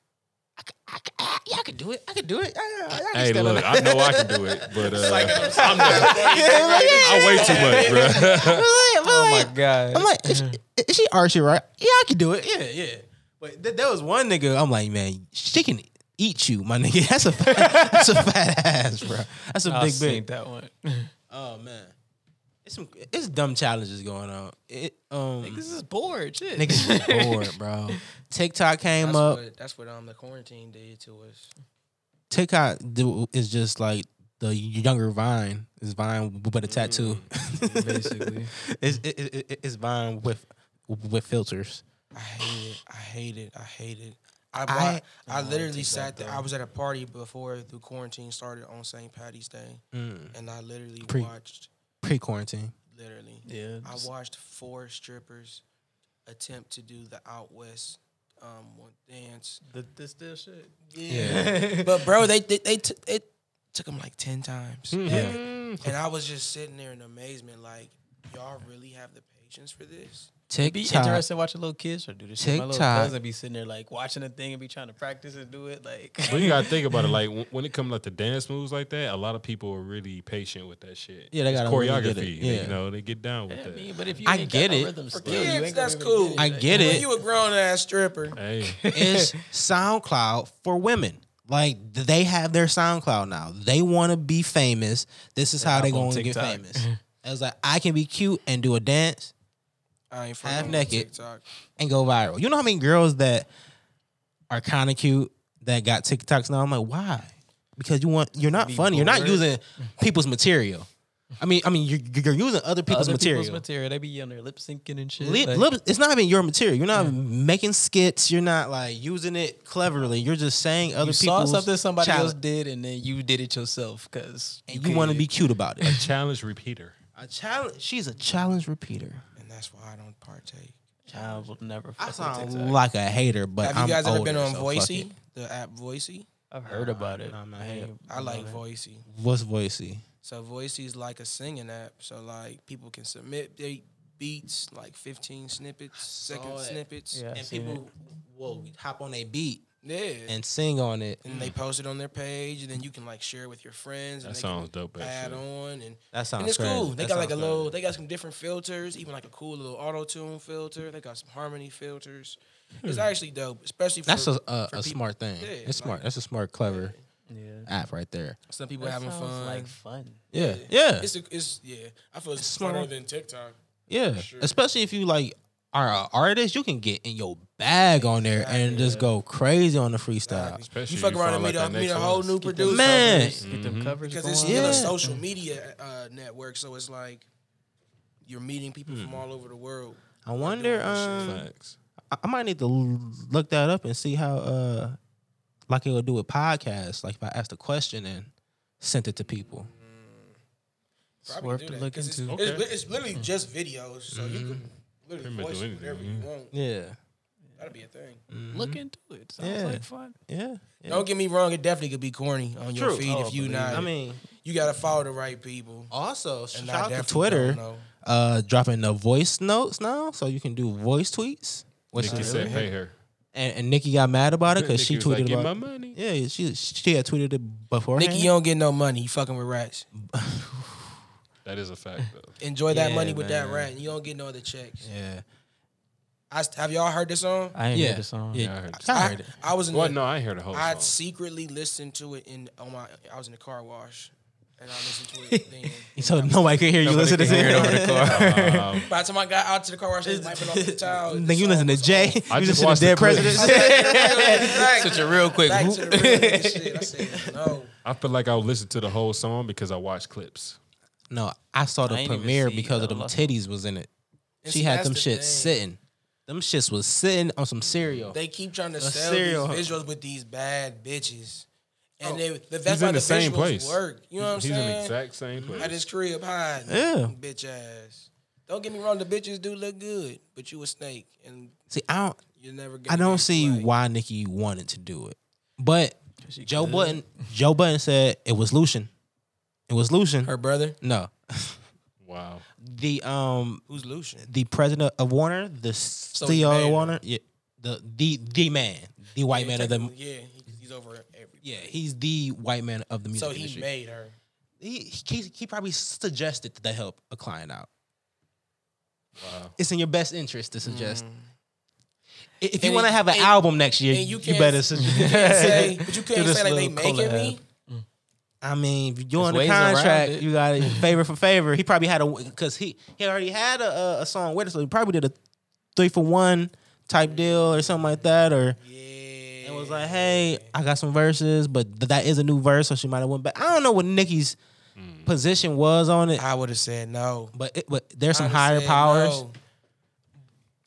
I, c- I, c- I, yeah, I could do it. I could do it. I, I, I can Hey, stand on look, that. I know I can do it, but uh, I'm Yeah, like, yeah. I weigh too much, bro. I'm like, Oh I'm my like, god. I'm like, is she, is she Archie, right? Yeah, I can do it. Yeah, yeah. But th- there was one nigga, I'm like, man, she can eat you, my nigga. That's a fat, that's a fat ass, bro. That's a I big seen big. that one. Oh man, it's some it's dumb challenges going on. It um This is bored. Shit. niggas is bored, bro. TikTok came That's up. what, that's what um the quarantine did to us. TikTok do, is just like the younger Vine is Vine but a tattoo. Mm, basically. it's it, it, it- it's Vine with with filters. I hate it. I hate it. I hate it. I I- bought, I, I don't literally like sat that, there. I was at a party before the quarantine started on St. Patty's Day, and I literally Pre- watched Pre quarantine. literally. Yeah. I just- watched four strippers attempt to do the out west um one dance. The, this still shit. Yeah. but bro, they they, they took it took them like ten times, Yeah. and I was just sitting there in amazement, like y'all really have the patience for this. It'd be TikTok. interesting watching little kids try to do this. Shit. My little TikTok. cousin be sitting there like watching a thing and be trying to practice and do it. Like But you gotta think about it. Like when- when it comes like to dance moves like that, a lot of people are really patient with that shit. Yeah, they It's gotta really choreography. get it. Yeah. You know, they get down with I that. mean, but if you I ain't get got it. no rhythm For still, you kids, ain't gonna that's be able to cool. I like- get When it. you a grown ass stripper, hey, It's SoundCloud for women. Like they have their SoundCloud now. They want to be famous. This is how hop they on going to get TikTok. famous. I was like, I can be cute and do a dance I ain't Half fucking with naked. TikTok. and go viral. You know how many girls that are kind of cute that got TikToks now? I'm like, why? Because you want you're not Be funny. You're not bored. using people's material. I mean, I mean, you're, you're using other people's Other material. People's material. They be on their lip syncing and shit. Lip, like, lip, it's not even your material. You're not making skits. You're not like using it cleverly. You're just saying other you people's saw something somebody challenge, else did and then you did it yourself because and you want to be cute about it. challenge repeater. A challenge. She's a challenge repeater. and that's why I don't partake. I will never. I fuck sound with TikTok. like a hater, but Have I'm you guys ever older, been on so fuck Voicey? it. The app Voicey? I've heard about it. nah, I'm not I ain't- I like Voicey. What's Voicey? So Voicey's like a singing app. So like people can submit they beats, like 15 snippets, second that. snippets. Yeah, I've and seen people it. will hop on a beat Yeah. And, and sing on it. they post it on their page and then you can like share it with your friends and That they sounds can dope. add Actually. on and That sounds and it's crazy. cool. They That got like a sounds little. They got some different filters, even like a cool little auto tune filter. They got some harmony filters. It's actually dope, especially for Hmm. That's a a, for a people- smart thing. Yeah, it's smart. like- That's a smart, clever Yeah. app right there. some people That having sounds fun. Like fun. Yeah, yeah, it's a, it's yeah. I feel it's, It's smarter smart. than TikTok. yeah. sure. Especially if you like are an artist, you can get in your bag on there and Exactly. just go crazy on the freestyle. Exactly. Especially you fuck you around find and meet, like that a, meet a next whole one. new Get them producer Man. covers- Get them covers because going. it's still Yeah. a social media uh, network, so it's like you're meeting people Hmm. from all over the world. I wonder. Um, Facts. I- I might need to l- look that up and see how uh like it would do with podcasts. Like if I asked a question and sent it to people. It's worth do to that, look 'cause it's- into. It's, Okay. Hmm. it's, literally just videos, so you can literally Pretty much voice do whatever anything, you want. Yeah. That'd be a thing. Look into it. Sounds Yeah. like fun. Yeah. yeah. Don't get me wrong; it definitely could be corny on your True. feed Oh, if you believe not. I mean, you gotta follow the right people. also And shout I out to definitely don't Twitter know. uh dropping the voice notes now, so you can do voice tweets. Which Nikki is- said, "Pay her." and, and Nikki got mad about it because she Nikki was like, tweeted "Get about. my money. Yeah, she she had tweeted it before. Nikki, you don't get no money. You fucking with rats. That is a fact, though. Enjoy that Yeah, money with man. that rat. You don't get no other checks. Yeah. I st- have y'all heard this song? I ain't Yeah. heard the song. Yeah. Yeah, I heard I, that. I heard it. I was in Well, the, no, I ain't heard the whole I song. would secretly listened to it in on my. I was in the car wash, and I listened to it. then. So nobody could hear you listen to can hear it over it. the car. Um, By the time I got out to the car wash, they was wiping off the towel. Then you listen to Jay. I you just listen to watched the Dead clip. Presidents. Such Such a real quick Back whoop. to the real nigga shit. I said no. I feel like I would listen to the whole song because I watch clips. No, I saw the I ain't even premiere see because of the them last titties was in it. And she see, had that's them the shit thing. sitting. Them shits was sitting on some cereal. They keep trying to sell cereal. these visuals with these bad bitches, and they that's He's why in the the same visuals place. work. You know what I'm He's in saying? the exact same At place. his crib hiding, Yeah. bitch ass. Don't get me wrong, the bitches do look good, but you a snake, and see, I don't, you're never. Gonna I don't get see right. why Nikki wanted to do it, but Joe Button, Joe Button said it was Lucian. It was Lucian. her brother, no, Wow. the um who's Lucian. the president of Warner, the it's CEO of Maynard. Warner, yeah, the the the man, the white Yeah, man of the technically, Yeah, he- he's over every. yeah, he's the white man of the music so he industry. made her. he, he he probably suggested that they help a client out. Wow. It's in your best interest to suggest. I- If you Mm. And want to it- have an and- album next year, and you you, can't- better suggest. You can't say, but you Do can't this say like they little making me. I mean, if you're doing the ways around contract, it. you got it favor for favor. He probably had a because he he already had a, a, a song with it, so he probably did a three for one type deal or something like that, or Yeah, and was like, hey, I got some verses, but th- that is a new verse, so she might have went back. I don't know what Nikki's Hmm. position was on it, I would have said no. but it, but there's some I'd've higher said powers. no. Ah.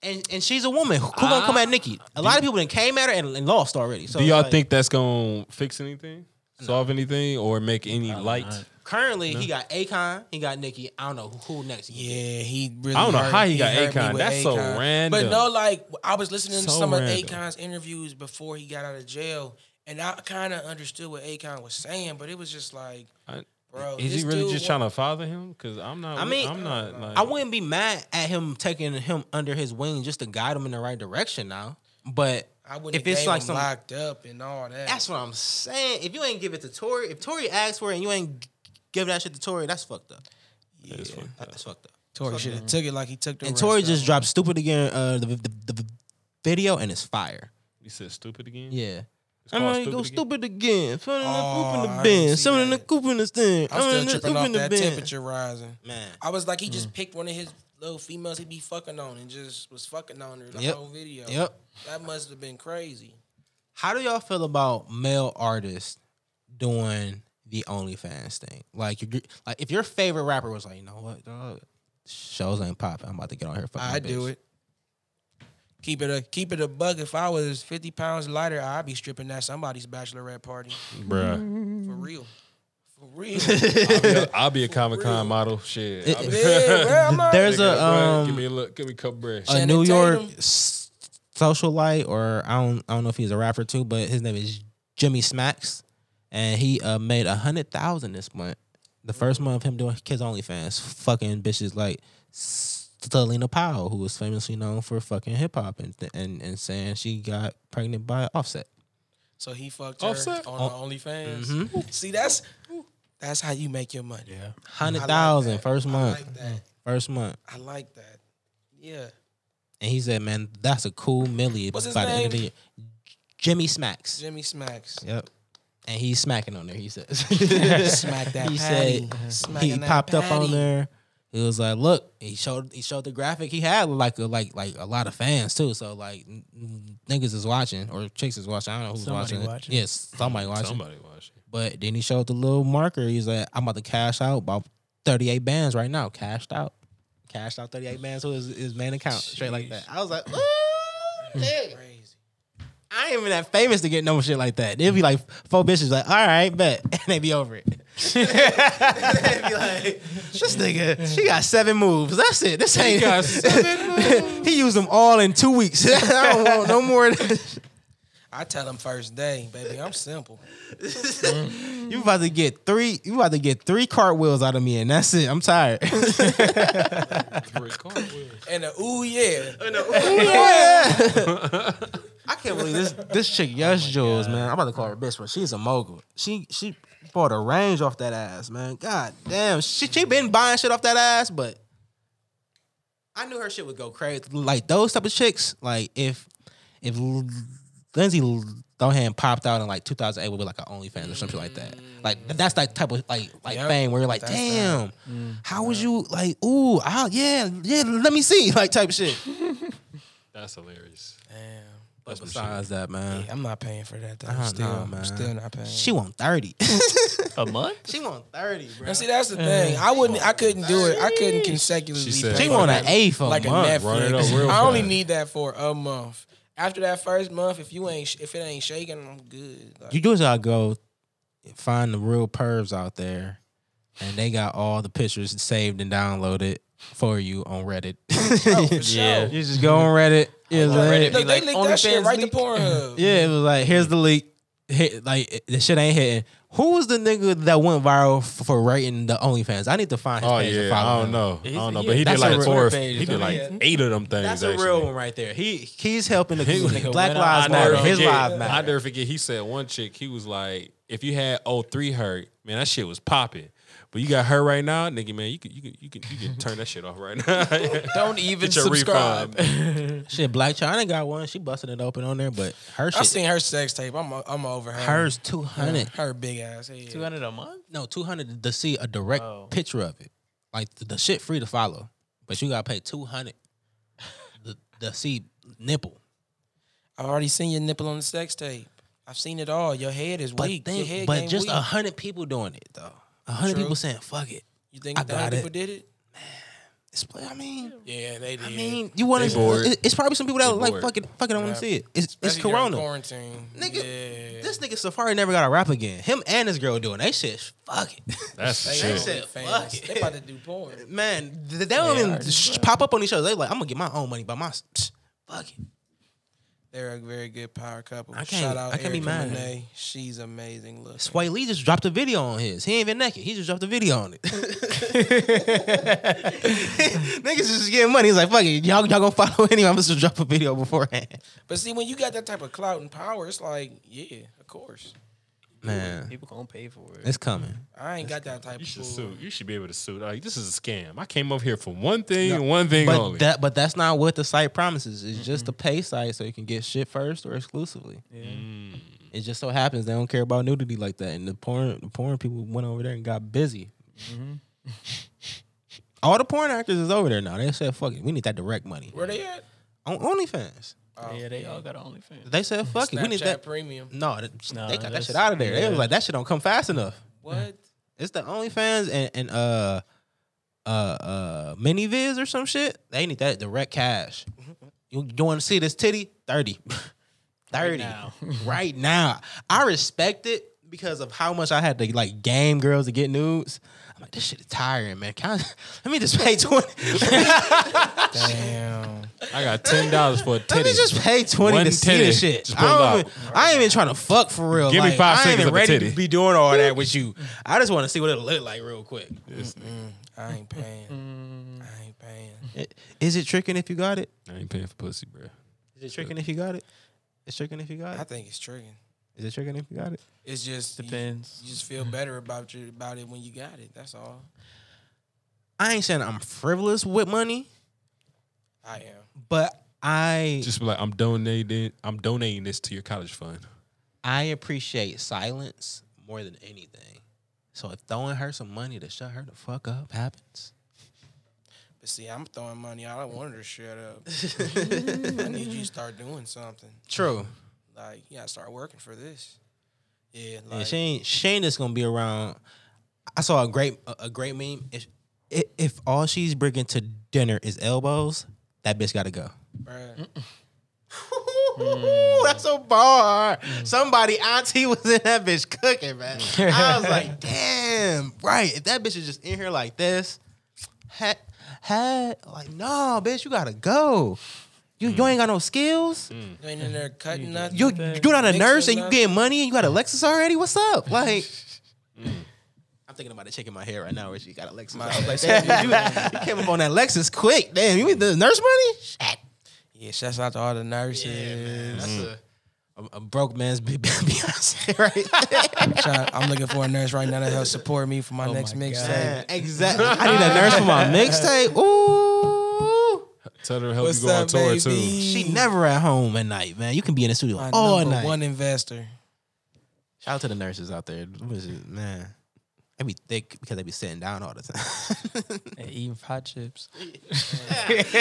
and and she's a woman. Who who gonna come at Nikki? A lot of people then came at her and, and lost already. So Do y'all like, think that's gonna fix anything, solve anything, or make any light? not. currently he got Akon, he got Nikki. I don't know who next. he Yeah, he really. I don't know hurt- how he got hurt me Akon. with That's so random. But no, like I was listening to So some random. of Akon's interviews before he got out of jail, and I kind of understood what Akon was saying, but it was just like, I- bro, Is he this really dude just wa- trying to father him? Because I'm not. I mean, I'm not. Like, I wouldn't be mad at him taking him under his wing just to guide him in the right direction now. But I wouldn't if if it's like some, locked up and all that. that's what I'm saying. If you ain't give it to Tory, if Tory asks for it and you ain't give that shit to Tory, that's fucked up. yeah. It's fucked up. That's fucked up. Tory should have took it like he took the. And rest Tory of just it. dropped "Stupid" again, uh, the, the, the video, and it's fire. You said stupid again. Yeah. It's I'm called gonna go Again? stupid again. Filling Oh, the poop in I the ain't bin. see Something in the that. coop in the thing. I'm in still the tripping coop off in the that bin. temperature rising. Man. I was like, he just picked one of his little females he be fucking on and just was fucking on her the Yep. whole video. Yep. That must have been crazy. How do y'all feel about male artists doing the OnlyFans thing? Like, you like if your favorite rapper was like, you know what, dog, shows ain't popping. I'm about to get on here. Fuck my I do bitch." it. Keep it a keep it a buck. If I was fifty pounds lighter, I'd be stripping at somebody's bachelorette party bruh. for Mm. real, for real. I'll be a- I'll be a Comic real. Con model. Shit. I'll be- yeah, bro, I'm not- There's a Bruh, give um me a look. Give me a cup of bread. a Channing New York Tatum. s- socialite, or I don't I don't know if he's a rapper too, but his name is Jimmy Smacks, and he uh, made a hundred thousand this month. The first month of him doing kids OnlyFans, fucking bitches like Selena Powell, who was famously known for fucking hip hop and, and and saying she got pregnant by Offset. So he fucked her Offset? Oh. on the OnlyFans. Mm-hmm. See, that's that's how you make your money. Yeah, Hundred thousand first month, I like that. first month, I like that. Yeah, and he said, "Man, that's a cool millie." What's his by the end of the name? year, Jimmy Smacks. Jimmy smacks. Yep. And he's smacking on there. He says. Smack that he patty. said Smacking he that popped up on patty. there. He was like, look, he showed he showed the graphic. He had like a like like a lot of fans too. So like n- n- niggas is watching or chicks is watching. I don't know who's Somebody watching. it. watching. Yes, somebody watching. Somebody watching. But then he showed the little marker. He's like, I'm about to cash out about 38 bands right now. Cashed out. Cashed out 38 bands to his, his main account. Straight like that. I was like, ooh, nigga. Crazy. I ain't even that famous to get no shit like that. It'd be like four bitches like, all right, bet. And they be over it. They'd be like, this nigga, she got seven moves. That's it. This ain't got he used them all in two weeks. I don't want no more. of this. I tell them first day, baby, I'm simple. You about to get three, you about to get three cartwheels out of me, and that's it. I'm tired. Three cartwheels. And the ooh yeah. I can't believe this this chick Yes Jules, man. I'm about to call her bitch, but she's a mogul. She she bought a range off that ass, man. God damn. She she been buying shit off that ass, but I knew her shit would go crazy. Like those type of chicks, like if if L- Lindsay Lohan popped out in like 2008 with like an OnlyFans or something like that. Like that's that type of like like Yep. thing where you're like, That's damn, how was you like, ooh, I, yeah, yeah, let me see, like type shit. That's hilarious. Damn. That's some shit. Besides that, man. I'm not paying for that though. I don't still, know, Uh-huh, man. still not paying. She want 30. A month? she want 30, bro. now see that's the thing. I wouldn't I couldn't do it. I couldn't consecutively She said- pay Mm. She for want that. an A for like a a month. Run it up Netflix. real I only fast. need that for a month. After that first month, if you ain't sh- if it ain't shaking, I'm good. Like, You do is y'all go find the real pervs out there, and they got all the pictures saved and downloaded for you on Reddit. Oh, for sure. yeah, you just go on Reddit. Yeah, on like, Reddit. Look, be like they linked that shit OnlyFans right leak. to Pornhub. yeah, it was like here's the leak. Hit, like it- the shit ain't hitting. Who was the nigga that went viral f- for writing the OnlyFans? I need to find his Oh page and yeah, follow I don't him. know. I He's- don't know, yeah, but he did that's a like real four. or- page, He did isn't like it? eight of them things. That's a actually. real one right there. He he's helping the community. nigga Black went I Lives out never Matter. forget. His lives I matter. never forget. He said one chick. He was like, if you had 03 hurt, man, that shit was popping. But you got her right now, nigga, man. You can you can you can you can turn that shit off right now. Don't even Get your subscribe. Shit, Black China got one. She busted it open on there, but her I shit, seen her sex tape. I'm o- I'm over her. hers two hundred. Her big ass. Yeah. Two hundred a month? No, two hundred to see a direct Oh. picture of it. Like the, the shit free to follow, but you gotta pay two hundred to, to see nipple. I've already seen your nipple on the sex tape. I've seen it all. Your head is But weak. think- your head but game just uh, weak. a hundred people doing it though. A hundred True. people saying fuck it. you think I a got thousand it. people did it? It's play. I mean, Yeah, they did. I mean, you want They bored. to? It's probably some people that They like bored. fuck it. Fuck it. I want Yeah. to see it. It's, it's Especially during Corona. quarantine, Nigga, Yeah. This nigga Safari never got a rap again. Him and his girl doing they shit. Fuck it. That's the They Shit. ain't shit. said, only fuck fans. it. They about to do porn. Man, th- they don't Yeah, even artists, sh- bro. pop up on each other. They like, I'm gonna get my own money by my psh, fuck it. They're a very good power couple. I can't- Shout out I can't be Erica mad. Monet. She's amazing. Look, Sway Lee just dropped a video on his. He ain't even naked. He just dropped a video on it. Niggas just getting money. He's like, fuck it. Y'all, y'all gonna follow anyway. I'm gonna just drop a video beforehand. but see, when you got that type of clout and power, it's like, yeah, of course. Man, People gonna pay for it. it's coming. I ain't got that type You of. should pull. sue. You should be able to sue. Like, this is a scam. I came up here for one thing and one thing But only. that, but that's not what the site promises. It's just a pay site, so you can get shit first or exclusively. It just so happens they don't care about nudity like that, and the porn, the porn people went over there and got busy. Mm-hmm. All the porn actors is over there now. They said, "Fuck it, we need that direct money Where they at? on OnlyFans." Oh, yeah, they all got OnlyFans. They said, "Fuck it, we need Snapchat that." premium. No, th- No, they got that that's- shit out of there. They was yeah. like, "That shit don't come fast enough." What? It's the OnlyFans and and uh uh uh miniviz or some shit. They need that direct cash. You, you want to see this titty? Thirty. Thirty. Right now. now. I respect it because of how much I had to like game girls to get nudes. I'm like, this shit is tiring, man. Can I, let me just pay twenty. Damn. I got ten dollars for a titty. Let me just pay twenty One to see this titty. shit. Just put it I, out. don't even, I ain't even trying to fuck for real. Give me Like, five I ain't seconds even of a ready titty. to be doing all that with you. I just want to see what it'll look like real quick. mm, I ain't paying. Mm. I ain't paying. Is it tricking if you got it? I ain't paying for pussy, bro. Is it tricking if you got it? It's tricking if you got I it. think it's tricking. Is it tricking if you got it? It's just you- Depends. You, just feel better about your about it when you got it. That's all. I ain't saying I'm frivolous with money, I am. but I Just be like, I'm donating. I'm donating this to your college fund. I appreciate silence more than anything. So if throwing her some money to shut her the fuck up happens, But see, I'm throwing money out. I want her to shut up. I need you to start doing something. True. Like, yeah, start working for this. Yeah, Yeah, like, Shane Shane is gonna be around. I saw a great a a great meme. If, i- if all she's bringing to dinner is elbows, that bitch gotta go. bruh. Ooh, that's a bar. Somebody auntie was in that bitch cooking, man. I was like, damn, right. If that bitch is just in here like this, had had like, no, bitch, you gotta go. You you ain't got no skills. You ain't in there cutting nothing. You you're not a Mixing nurse and you up. getting money and you got a Lexus already. What's up? Like. Mm. I'm thinking about it shaking my hair right now where she got a Lexus. I was like, damn, you, you came up on that Lexus quick. Damn, you mean the nurse money? Shit. yeah, shouts out to all the nurses. That's a, a, a broke man's Be- Be- Beyonce, right? Try- I'm looking for a nurse right now that helps support me for Oh my next mixtape. there. exactly. I need a nurse for my mixtape. Ooh, Tell her to help What's you go on up, tour baby? too. she never at home at night, man. You can be in the studio My all number night. one investor. Shout out to the nurses out there. What is it, man? They be thick because they be sitting down all the time. And eating hot chips.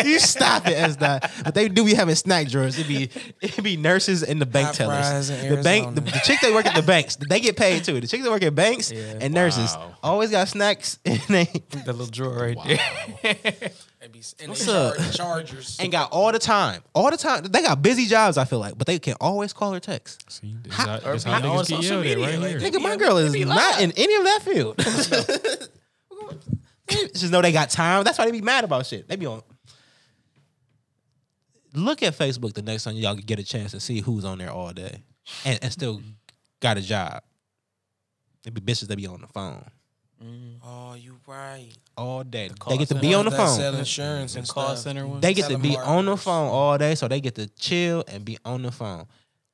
you stop it, as that. But they do be having snack drawers. It be it be nurses and the bank Hot tellers. fries in The bank, the, Arizona. the chick that work at the banks, they get paid too. The chicks that work at banks Yeah. and nurses Wow. always got snacks and they That little drawer right Wow. there. What's up? Chargers. and got all the time, all the time. They got busy jobs. I feel like, but they can always call or text. See, this Hot- how, this Or how be on niggas get yelled social at media, right like, here. they- Nigga, my Yeah, girl they is be not in any of that field. Just know they got time. That's why they be mad about shit. They be on. Look at Facebook the next time y'all get a chance to see who's on there all day and, and still got a job. They be bitches that be on the phone Oh, you right. all day. call They get to center. be on the That Sell phone. insurance and The call stuff. center one. They get to be telemarketers. on the phone all day, so they get to chill and be on the phone.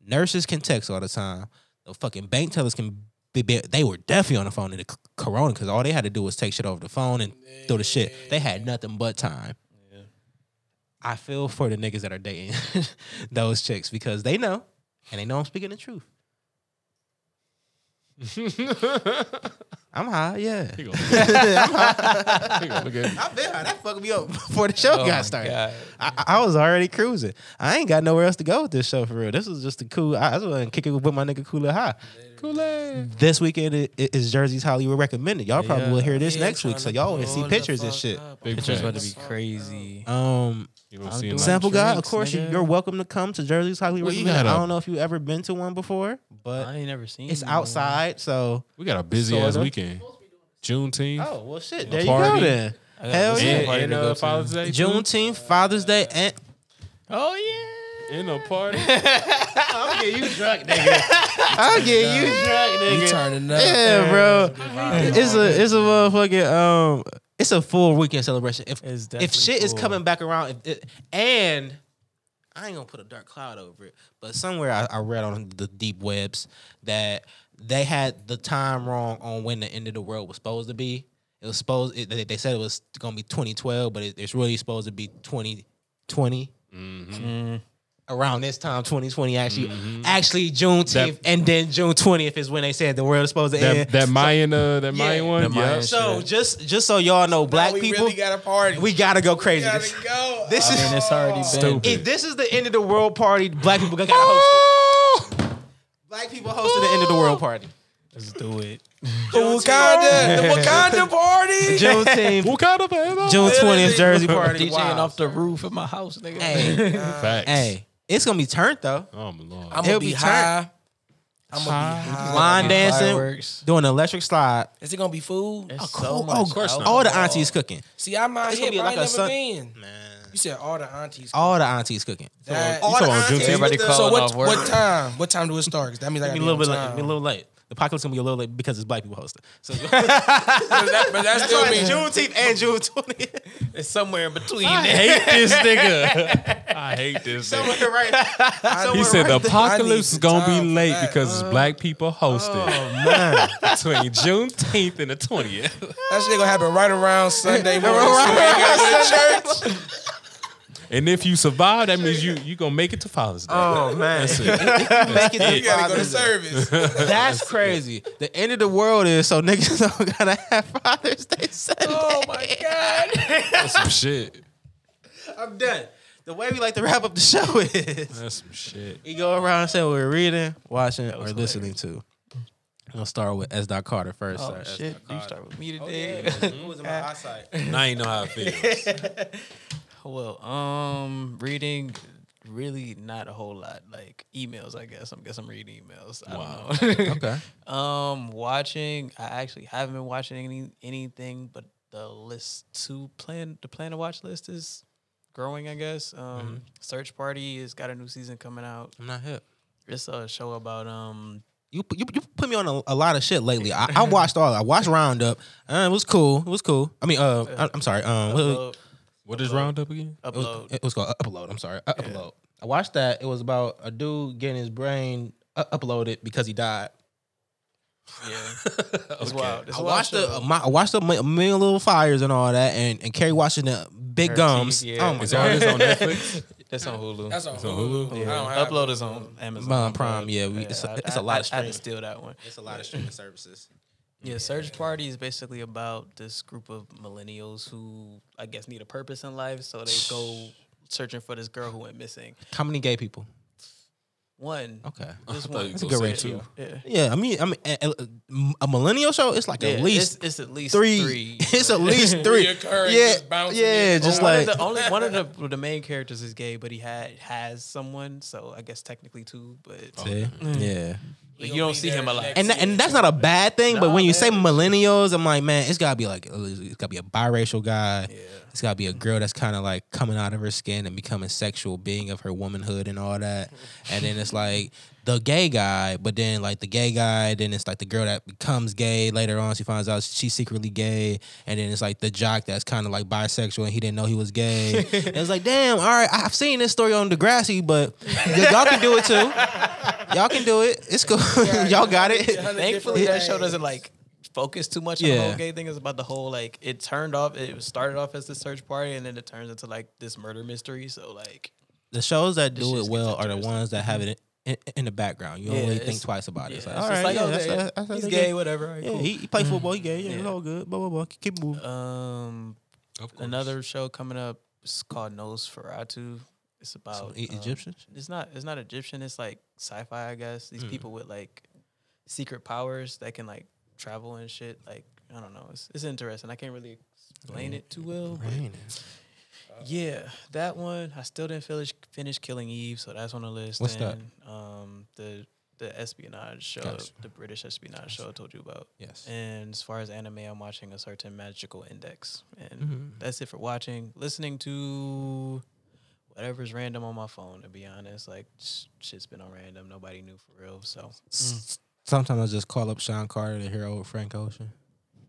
Nurses can text all the time. The fucking bank tellers can be. be- They were definitely on the phone in the c- corona because all they had to do was take shit over the phone and do the shit. They had nothing but time. I feel for the niggas that are dating those chicks because they know, and they know I'm speaking the truth. I'm high, yeah. He gonna look at- he gonna look at- I've been high. That fucked me up before the show Oh my got started. God. I, I I was already cruising. I ain't got nowhere else to go with this show for real. This was just a cool. I I just want to kick it with my nigga Cooler High. Kool-Aid. This weekend i- i- is Jersey's Hollywood recommended. Y'all probably will Yeah. hear this Yeah, next week, tryna so y'all will see pull the pictures and fuck shit. up. Big Pictures about to facts. be crazy. Um, You don't I'm see doing- nothing. sample guy, of drinks, course you, nigga. you're welcome to come to Jersey's Hollywood. Well, you recommended. gotta- I don't know if you've ever been to one before, but I ain't never seen. it's you, man. outside. So We got a busy Sorta. ass weekend. Juneteenth. oh well, shit. A There you go party. then. I got Hell this yeah. And, party and to go uh, to. Father's Day. too. Juneteenth, Father's Day, and Oh yeah. In a party. I'll get you drunk, nigga. I'll get you drunk, nigga. You turning up. Yeah, bro. vibes. It's a it's a motherfucking um. It's a full weekend celebration. If It's if definitely shit is full. coming back around, if it, and I ain't gonna put a dark cloud over it, but somewhere I, I read on the deep webs that they had the time wrong on when the end of the world was supposed to be. It was supposed it, they, they said it was gonna be 2012, but it, it's really supposed to be 2020 Mm-hmm. around this time, 2020, actually, actually Juneteenth, and then June 20th is when they said the world is supposed to end. That, that Mayan, uh, that Mayan one. The Mayan yeah. shit. so just just so y'all know, black we people, really got a party. we gotta go We crazy. gotta This- go. This I mean, is it's already been. Stupid. if this is the end of the world party. Black people gotta host it. Black people hosted the end of the world party. Let's do it. the Wakanda, the Wakanda party. Juneteenth, Wakanda forever. June 20th, Jersey party. DJing Wow. off the roof of my house, nigga. Hey, Facts. hey, it's gonna be turned though. Oh my lord. It'll I'm gonna uh, be be high. I'm gonna be high. Line Fucking dancing, fireworks. doing an electric slide. Is it gonna be food? There's so Oh, much oh, of course alcohol. all the aunties cooking. See, I'm out It's here. gonna be but I like ain't a never sun- been. You said all the aunties. All the aunties cooking. That- all talking about Juneteenth? Everybody with the- so calling what? off work. What time? What time do it start? 'Cause That means I Be gotta a little be bit on late. time. Be a little late. The apocalypse gonna be a little late because it's black people hosting. So But that, but that still means Juneteenth and June 20th. It's somewhere in between. I hate this nigga. I hate this nigga. Somewhere right. He Somewhere said the right there. apocalypse is some gonna time be for late that. because Uh, it's black people hosting oh, between Juneteenth and the twentieth. That shit gonna happen right around Sunday morning. Right around Somebody gotta go to church. And if you survive, that means you you gonna make it to Father's Day. Oh man, Make it to You gotta go to Father's Day. service. That's crazy. The end of the world is so niggas don't gotta have Father's Day Sunday. oh my god. That's some shit. I'm done. The way we like to wrap up the show is That's some shit. we go around and say what we're reading, watching, or listening to. I'll start with S. Dot Carter first. Oh Sorry, S. shit! You start with me today. It was in my eyesight. And I ain't know how it feels. well, um, reading really not a whole lot. Like emails, I guess. I guess I'm reading emails. Wow. I don't know. Okay. Um, watching. I actually haven't been watching any anything, but the list to plan the plan to watch list is growing. I guess. Um, Mm-hmm. Search Party has got a new season coming out. I'm not hip. It's a show about um. You, pu- you, you put me on a, a lot of shit lately. I, I watched all. I watched Roundup. Uh, it was cool. It was cool. I mean, uh, I, am sorry. Um, what- Upload. What is Roundup again? it was, upload. it was called Upload. I'm sorry. Upload. I watched that. It was about a dude getting his brain uh, uploaded because he died. Yeah, it's wild. It's I a wild watched show. the uh, my, I watched the mi- million little fires and all that, and and Carrie watching the big Her gums. teeth, Oh yeah. my Is all god. this on Netflix? That's on Hulu. That's on on Hulu? Hulu. Yeah. I don't have Upload it. is on Amazon Amazon but, Prime, yeah, we- it's a- I- it's a I- lot I, of I had streaming. to steal that one. It's a lot of streaming services. Yeah, Search Party is basically about this group of millennials who I guess need a purpose in life, so they go searching for this girl who went missing. How many gay people? One. Okay. This thought one. you It's was gonna say two. Yeah. Yeah, I mean, I mean, a, a- a millennial show. It's like Yeah, at least it's, it's at least three. three. It's at least three. Reoccurring, yeah, just bouncing yeah, in. just one like of the only one of the the main characters is gay, but he had has someone, so I guess technically two, but See? Mm. yeah. but you He'll don't be see there him a lot. next Oh. And that, year. and that's not a bad thing, but Nah, when you man, say millennials, I'm like, man, it's gotta be like it's gotta be a biracial guy. It's gotta be a girl that's kind of like coming out of her skin and becoming sexual being of her womanhood and all that. And then it's like the gay guy, but then like the gay guy, then it's like the girl that becomes gay later on. She finds out she's secretly gay, and then it's like the jock that's kind of like bisexual and he didn't know he was gay. and it's like, damn, all right, I've seen this story on Degrassi, but y- y'all can do it too. Y'all can do it. It's cool. y'all got it. Thankfully, that show Different doesn't like focus too much on the Yeah. whole gay thing. It's about the whole like it turned off. It started off as the search party, and then it turns into like this murder mystery. So like, the shows that This do shit it gets well are the interesting. ones that have it in, in, in the background. You don't Yeah, really it's- think twice about it. yeah, It's it's like, all just right, like, yeah, oh, that's, yeah, that's, that's he's that's gay, good. whatever. all right, Yeah, cool. he, he played football. He gay. Yeah, it's Yeah. all good. Blah blah blah. Keep moving. Um, Of course. another show coming up. It's called Nosferatu. It's about Some E- um, Egyptians? It's not. It's not Egyptian. It's like sci-fi, I guess. Hmm. These people with like secret powers that can like travel and shit. Like I don't know. It's, it's interesting. I can't really explain it too well. but- Yeah, that one. I still didn't finish finish Killing Eve, so that's on the list. What's that? that? Um, the the espionage show, Gotcha. the British espionage show I told you about. Yes. And as far as anime, I'm watching a certain magical index, and Mm-hmm. that's it for watching. Listening to whatever's random on my phone. To be honest, like sh- shit's been on random. Nobody knew for real. So S- Sometimes I just call up Sean Carter to hear old Frank Ocean.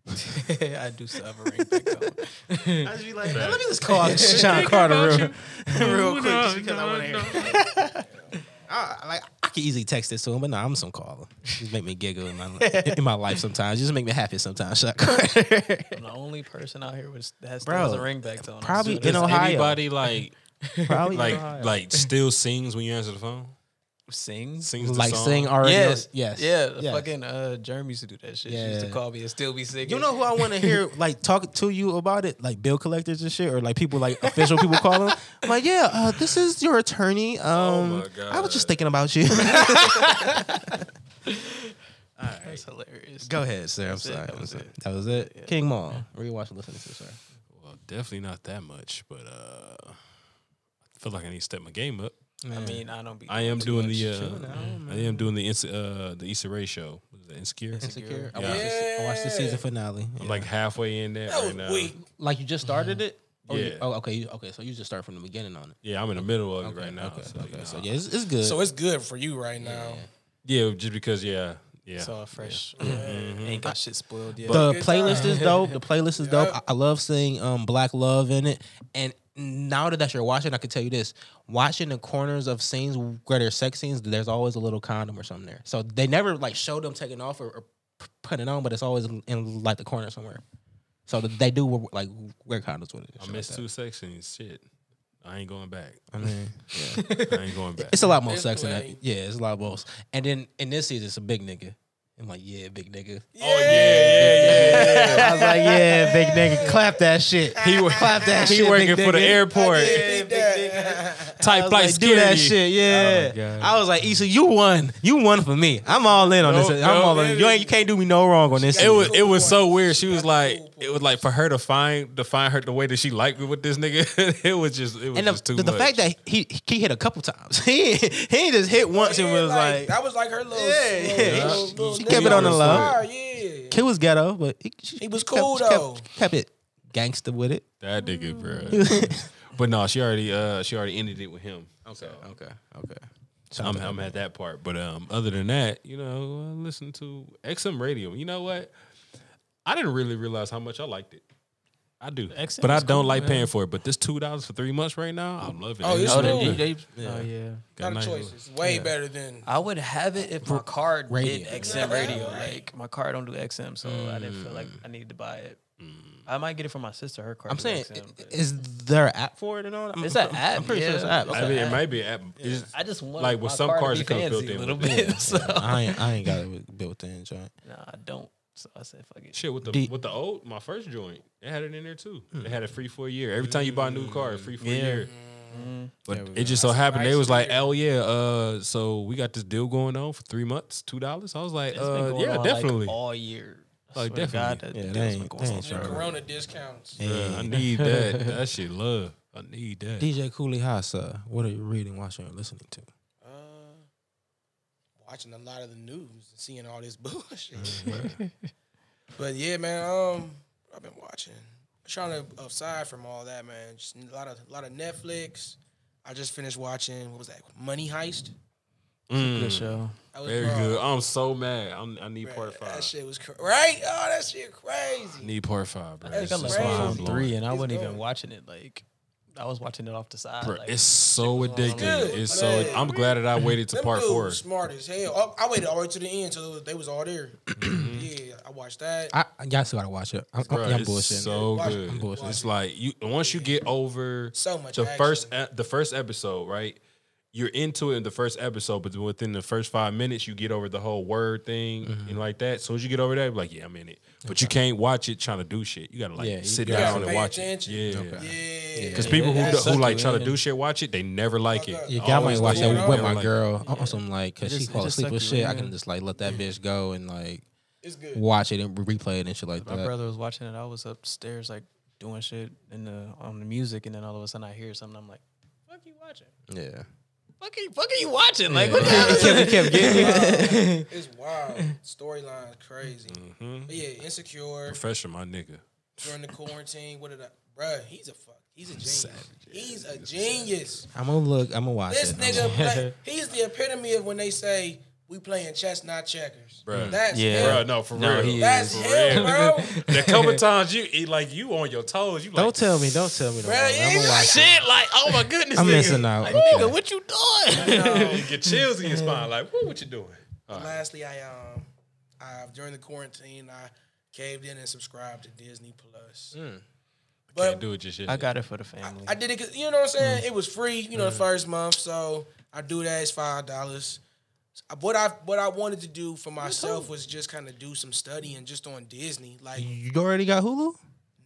I do still have a ring back though. I just be like, let me just call Sean Carter real, real quick just because I want to hear. I, I- like I could easily text this to him, but no, I'm just gonna call him. Just make me giggle in my in my life sometimes. Just make me happy sometimes. Sean Carter. I'm the only person out here with that still Bro, has a ring back though. probably Does in Ohio. anybody like Probably like Ohio. like still sings when you answer the phone? sings. Sings the like song? sing already. Yes. yes. Yeah. the yes. Fucking uh, Jeremy used to do that shit. She used to Yeah. call me and still be singing. You know who I want to hear like talk to you about it, like bill collectors and shit, or like people like official people call them. I'm like, yeah, uh, this is your attorney. Um, my God. I was just thinking about you. That's hilarious. Go ahead, sir. I'm That's it. sorry. That I'm was sorry. it. That was it. King Maul. Rewatch and listen to this, sir. Well, definitely not that much, but uh, I feel like I need to step my game up. I mean, I don't be. I am too doing much. the Chill uh, out, I am doing the Inse- uh the Issa Rae show. What is that, Insecure? Insecure. I, Yeah. watched the, I watched the season finale. I'm like halfway in there That was right now. weak. Like you just started it. Or You, Yeah. oh, okay. you- Okay. So you just start from the beginning on it. Yeah, I'm in the middle of it Okay, right now. Okay. so, okay. you know. Oh, So yeah, it's, it's good. So it's good for you right now. yeah, just because yeah, yeah. Mm-hmm. It's all fresh. Ain't got shit spoiled yet. the Good playlist is time. dope. The playlist is dope. Yep. I, I love seeing um Black Love in it. And now that you're watching, I can tell you this: watching the corners of scenes where there's sex scenes, there's always a little condom or something there. So they never like show them taking off or, or p- putting it on, but it's always in like the corner somewhere. So they do like wear condoms with it. and I shit missed like two sections. Shit. I ain't going back. I mean, yeah. I ain't going back. it's a lot more It's sex in that. plain. Yeah, it's a lot more. s- And then in this season, it's a big nigga. I'm like, yeah, big nigga. Oh yeah, yeah, yeah. I was like, yeah, big nigga, clap that shit. He wa- clap that He shit. working big for the nigga. airport. Think that. I Type was like like, do that security. Oh, shit, my yeah. God. I was like, Issa, you won. You won for me. I'm all in on No, this. no, I'm all in. You ain't, you can't do me no wrong on this. It was it Cool was so points. weird. She was That's like, cool it was like for her to find to find her the way that she liked me with this nigga. It was just it was and just the, too the, the much. fact that he he hit a couple times. he ain't- he ain't just hit once and Yeah, was like, that was like her little. Yeah, little- yeah. little- She- little she nigga kept it on the low. fire, Yeah. kid was ghetto, but he, she- He was she kept- cool, she kept- though. Kept it gangster with it. that nigga, bro. Mm. but no, she already uh she already ended it with him. Okay. Okay. Okay. So I'm, I'm at that part. But um, other than that, you know, I listen to XM radio. You know what? I didn't really realize how much I liked it. I do, XM but I is don't cool, like man. paying for it. But this two dollars for three months right now, I'm loving Oh, it. it's Oh, really cool. they, good. they, oh yeah. Got Not a nice- choice. It's way better than. I would have it if my card radio. did XM radio. Like my card don't do XM, so I didn't feel Mm. like I needed to buy it. I might get it from my sister. Her card. I'm do saying, XM, but- is there an app for it and all? I'm, It's an I'm- app, I'm pretty sure it's an yeah. app. I Okay. mean, it might be an app. It's- I just want like, like with with my some some cars, cars, it comes fancy built a in little with bit. So I ain't, I ain't got it built in, joint. nah, I don't. So I said, fuck it. Shit with the Do- with the old my first joint, it had it in there too. It Hmm. had it free for a year. Every time you buy a new car, it's free for a year. But it just so happened they was like, "Hell yeah!" Uh, so we got this deal going on for three months, two dollars. I was like, It's uh, been going "Yeah, on, like, definitely." all year. I Like, swear to definitely. God, that Yeah, deal's they been ain't- going they on ain't for The trying forever. to- Corona discounts. Bruh, uh, I need that. that shit, love. I need that. DJ Cooley Haas, uh, what are you reading, watching, or listening to? Uh, watching a lot of the news and seeing all this bullshit. Mm-hmm. but yeah, man, um, I've been watching. Trying to aside from all that, man, just a lot of a lot of Netflix. I just finished watching what was that? Money Heist. Good show. That was Mm, Very raw. good. I'm so mad. I'm, I need Bruh, part five. That shit was cra- right. Oh, that shit crazy. need part five, bro. I think It's I It's left just crazy. season mind-blowing. three, and I It's wasn't even going. watching it. Like I was watching it off the side. Bruh, like, it's so addicting. Good. It's so. Man. I'm glad that I waited to Them part dudes four. Smart as hell. Oh, I waited all the way to the end till they was all there. Mm-hmm. yeah, I watched that. I, I y'all still gotta watch it. I'm, Bruh, I'm it's bullshitting. so Watch it. good. I'm bullshitting. It's like you once you get over So much the action. first e- the first episode, right? You're into it in the first episode, but within the first five minutes, you get over the whole word thing Mm-hmm. and like that. As soon as you get over that, you're like, yeah, I'm in it. But you can't watch it trying to do shit. You gotta like Yeah, you sit gotta down pay and watch attention. it. Yeah. Okay. yeah, Because Yeah, people yeah, who, yeah. who like try Suck to you do in. shit, watch it, they never like it. Yeah, I I might Always watch like that it. with Never my like girl. I'm on some like, cause she It just- it fall just asleep suck with you shit. in, I yeah. can just like let that bitch go and like it's good. watch it and re- replay it and shit like My that. brother was watching it. I was upstairs like doing shit in the on the music, and then all of a sudden I hear something. I'm like, "Fuck you watching? Yeah. Fuck you? Fuck are you watching? Like what the hell He is kept, he kept getting me. It's wild. Storyline crazy. Mm-hmm. But yeah, insecure Professional, my nigga. during the quarantine. What did I? Bruh, he's a fuck. He's a genius. He's a genius. I'm gonna look. I'm gonna watch This it. nigga, play, he's the epitome of when they say we playing chess, not checkers. Bruh. That's Yeah. him. Bro, no, for No, real. he That's For him, real. bro. The couple times you eat like you on your toes, you like Don't tell me. Don't tell me. No Bruh, more. I'm yeah, gonna watch it. shit. Like oh my goodness, I'm nigga. missing out. Like, Okay. nigga, what you doing? you get chills in your spine. Like what, what you doing? All right. Lastly, I um, I during the quarantine, I caved in and subscribed to Disney Plus. Hmm. But Can't do it just yet. I got it for the family. I did it because you know what I'm saying. Mm. It was free, you know, the first month. So I do that. It's five dollars. What I what I wanted to do for myself was just kind of do some studying just on Disney. Like You already got Hulu?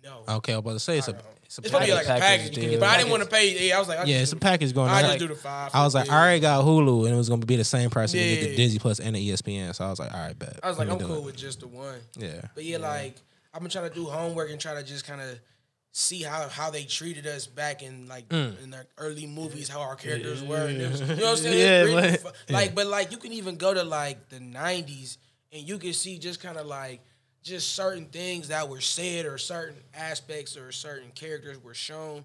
no, Okay, I'm about to say it's a. It's a it's gonna be like a Package package, deal. but I didn't want to pay. Yeah, I was like, I'll yeah, it's just do a the- package going. I on. just do the five. I was like, yeah. I already got Hulu, and it was gonna be the same price. Yeah. You get the Yeah. Disney Plus and the E ESPN. So I was like, all right, bet. I was Let like, me I'm do cool it. with just the one. Yeah. But yeah, like I've been trying to do homework and try to just kind of see how how they treated us back in like Hmm. in the early movies, how our characters were. And it was, you know what I'm saying? Yeah, It's really like- fu- like, but like you can even go to like the '90s and you can see just kind of like just certain things that were said or certain aspects or certain characters were shown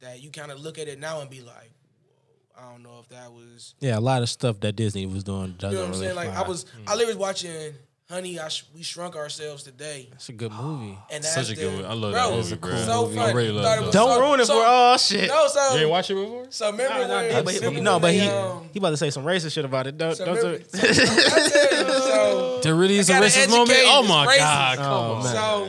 that you kind of look at it now and be like, Whoa, I don't know if that was. Yeah, a lot of stuff that Disney was doing doesn't You know what I'm really. saying? Like fly. Hmm. I was, I literally was watching Honey. I sh- we shrunk ourselves today. It's a good movie. And Such that's a good the- one. I love bro, that it was movie, a bro. So I funny. really love Thought that. was Don't so- ruin it so- for all shit. No, so you ain't watch it before? so remember when But he- remember no, but when he they, um, he about to say some racist shit about it. Don't, so don't remember- do it. I tell you, so, There really is a I gotta racist moment. educate Oh this my racist. god! Come Oh, on. man. so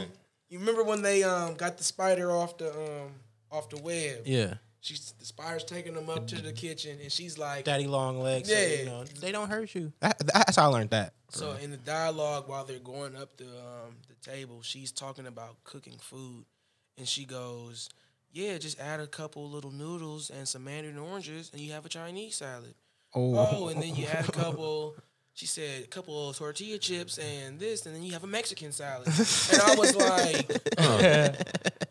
you remember when they um got the spider off the um off the web yeah. She the spider's taking them up to the kitchen, and she's like, Daddy long legs. Yeah, Yeah. you know, they don't hurt you. That, that's how I learned that. So in the dialogue while they're going up the um, the table, she's talking about cooking food, and she goes, "Yeah, just add a couple little noodles and some mandarin oranges, and you have a Chinese salad. Oh, and then you add a couple." She said a couple of tortilla chips and this, and then you have a Mexican salad. And I was like,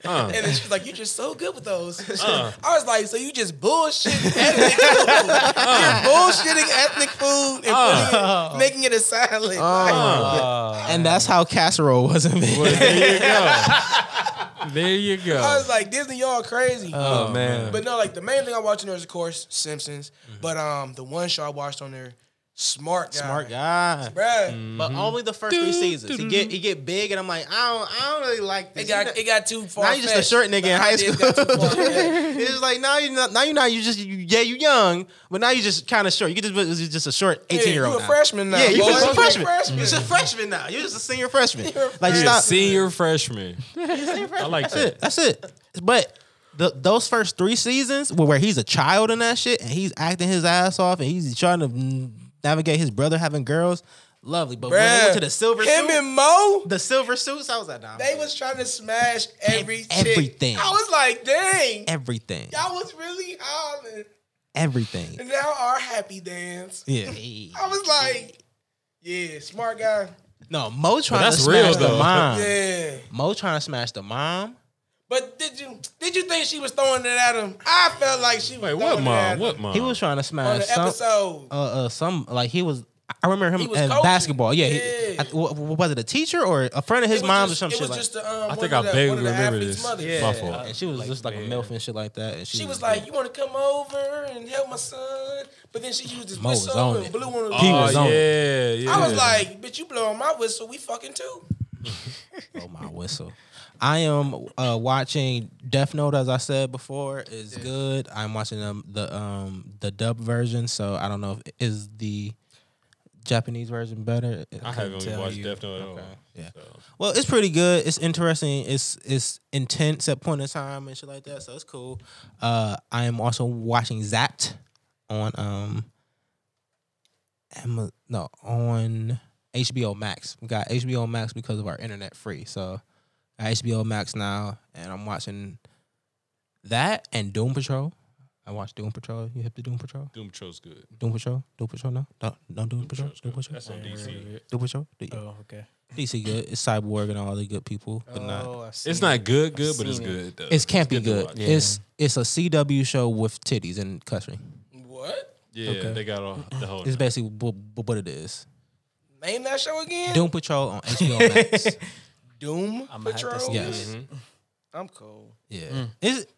Uh, and then she's like, "You're just so good with those." I was like, "So you just bullshitting ethnic food? You're bullshitting ethnic food and putting it, making it a salad." Like, Uh. and that's how casserole was invented. Uh, there you go. I was like, Disney, y'all crazy. oh man. but no, like the main thing I watched on there is of course Simpsons. But um, the one show I watched on there, Smart Guy. Smart guy. Bruh, But only the first three seasons. He get he get big, and I'm like, I don't, I don't really like this. it got it got too far. now you just a short nigga in high school. it's just like now you not now you not you just you, yeah you young, but now you just kind of short. You get just you just a short eighteen year old. You a freshman now. Yeah, you boy. just a freshman. freshman. You're just a freshman now. You're just a senior freshman. You're a like You're a stop. senior freshman. I like That's that. it. That's it. But the, those first three seasons where, where he's a child in that shit and he's acting his ass off and he's trying to mm, navigate his brother having girls, lovely. But when they Bruh, went to the silver Him suit, and Mo, the silver suits, I was like, nah, they was trying to smash every chick. Everything. I was like, dang, everything, y'all was really hollering. everything. And now our happy dance. Yeah, I was like, yeah, smart guy. no, Mo trying that's to smash real, the though. mom. Yeah. Mo trying to smash the mom. But did you did you think she was throwing it at him? I felt like she was Wait, throwing what it at mom? him What mom? He was trying to on smash the some, episode. uh, uh, some like he was. I remember him He was in coaching. basketball. Yeah, he- Yeah. I- w- w- was it a teacher or a friend of his It was mom's just- or some shit It was like? just the, um, I one think of I the- vaguely one of the remember athlete's this. mothers. My fault. and she was Uh, Like, just like man. a milf and shit like that. And she, She was like, "You want to come over and help my son?" But then she used his Mo was whistle on and it. blew on the. Oh, He was on it. yeah, yeah. I was like, "Bitch, you blowing my whistle? We fucking too." "Oh my whistle." I am uh, watching Death Note as I said before is good. I'm watching um, the um the dub version, so I don't know if is the Japanese version better. I haven't tell watched you. Death Note at all. Yeah. So. Well, it's pretty good. It's interesting. It's it's intense at point in time and shit like that. So it's cool. Uh, I am also watching Zapped on um, Ama- no on HBO Max. We got HBO Max because of our internet free. So I got HBO Max now, and I'm watching that and Doom Patrol. I watched Doom Patrol. You hip to Doom Patrol? Doom Patrol's good. Doom Patrol? Doom Patrol? No, no, no Doom Patrol. Patrol's Doom good. Patrol. That's on DC. Doom Patrol. D- Oh, okay. DC good. It's Cyborg and all the good people, Oh. but not. It's not good, good, but it's seen it. good. Though. It's can't be to good. watch. It's it's a CW show with titties and cussing. What? Yeah, they got all the whole. It's basically what, what it is. Name that show again? Doom Patrol on HBO Max. Doom I'ma have to Patrol. see yes. I'm cold. Yeah. It's, it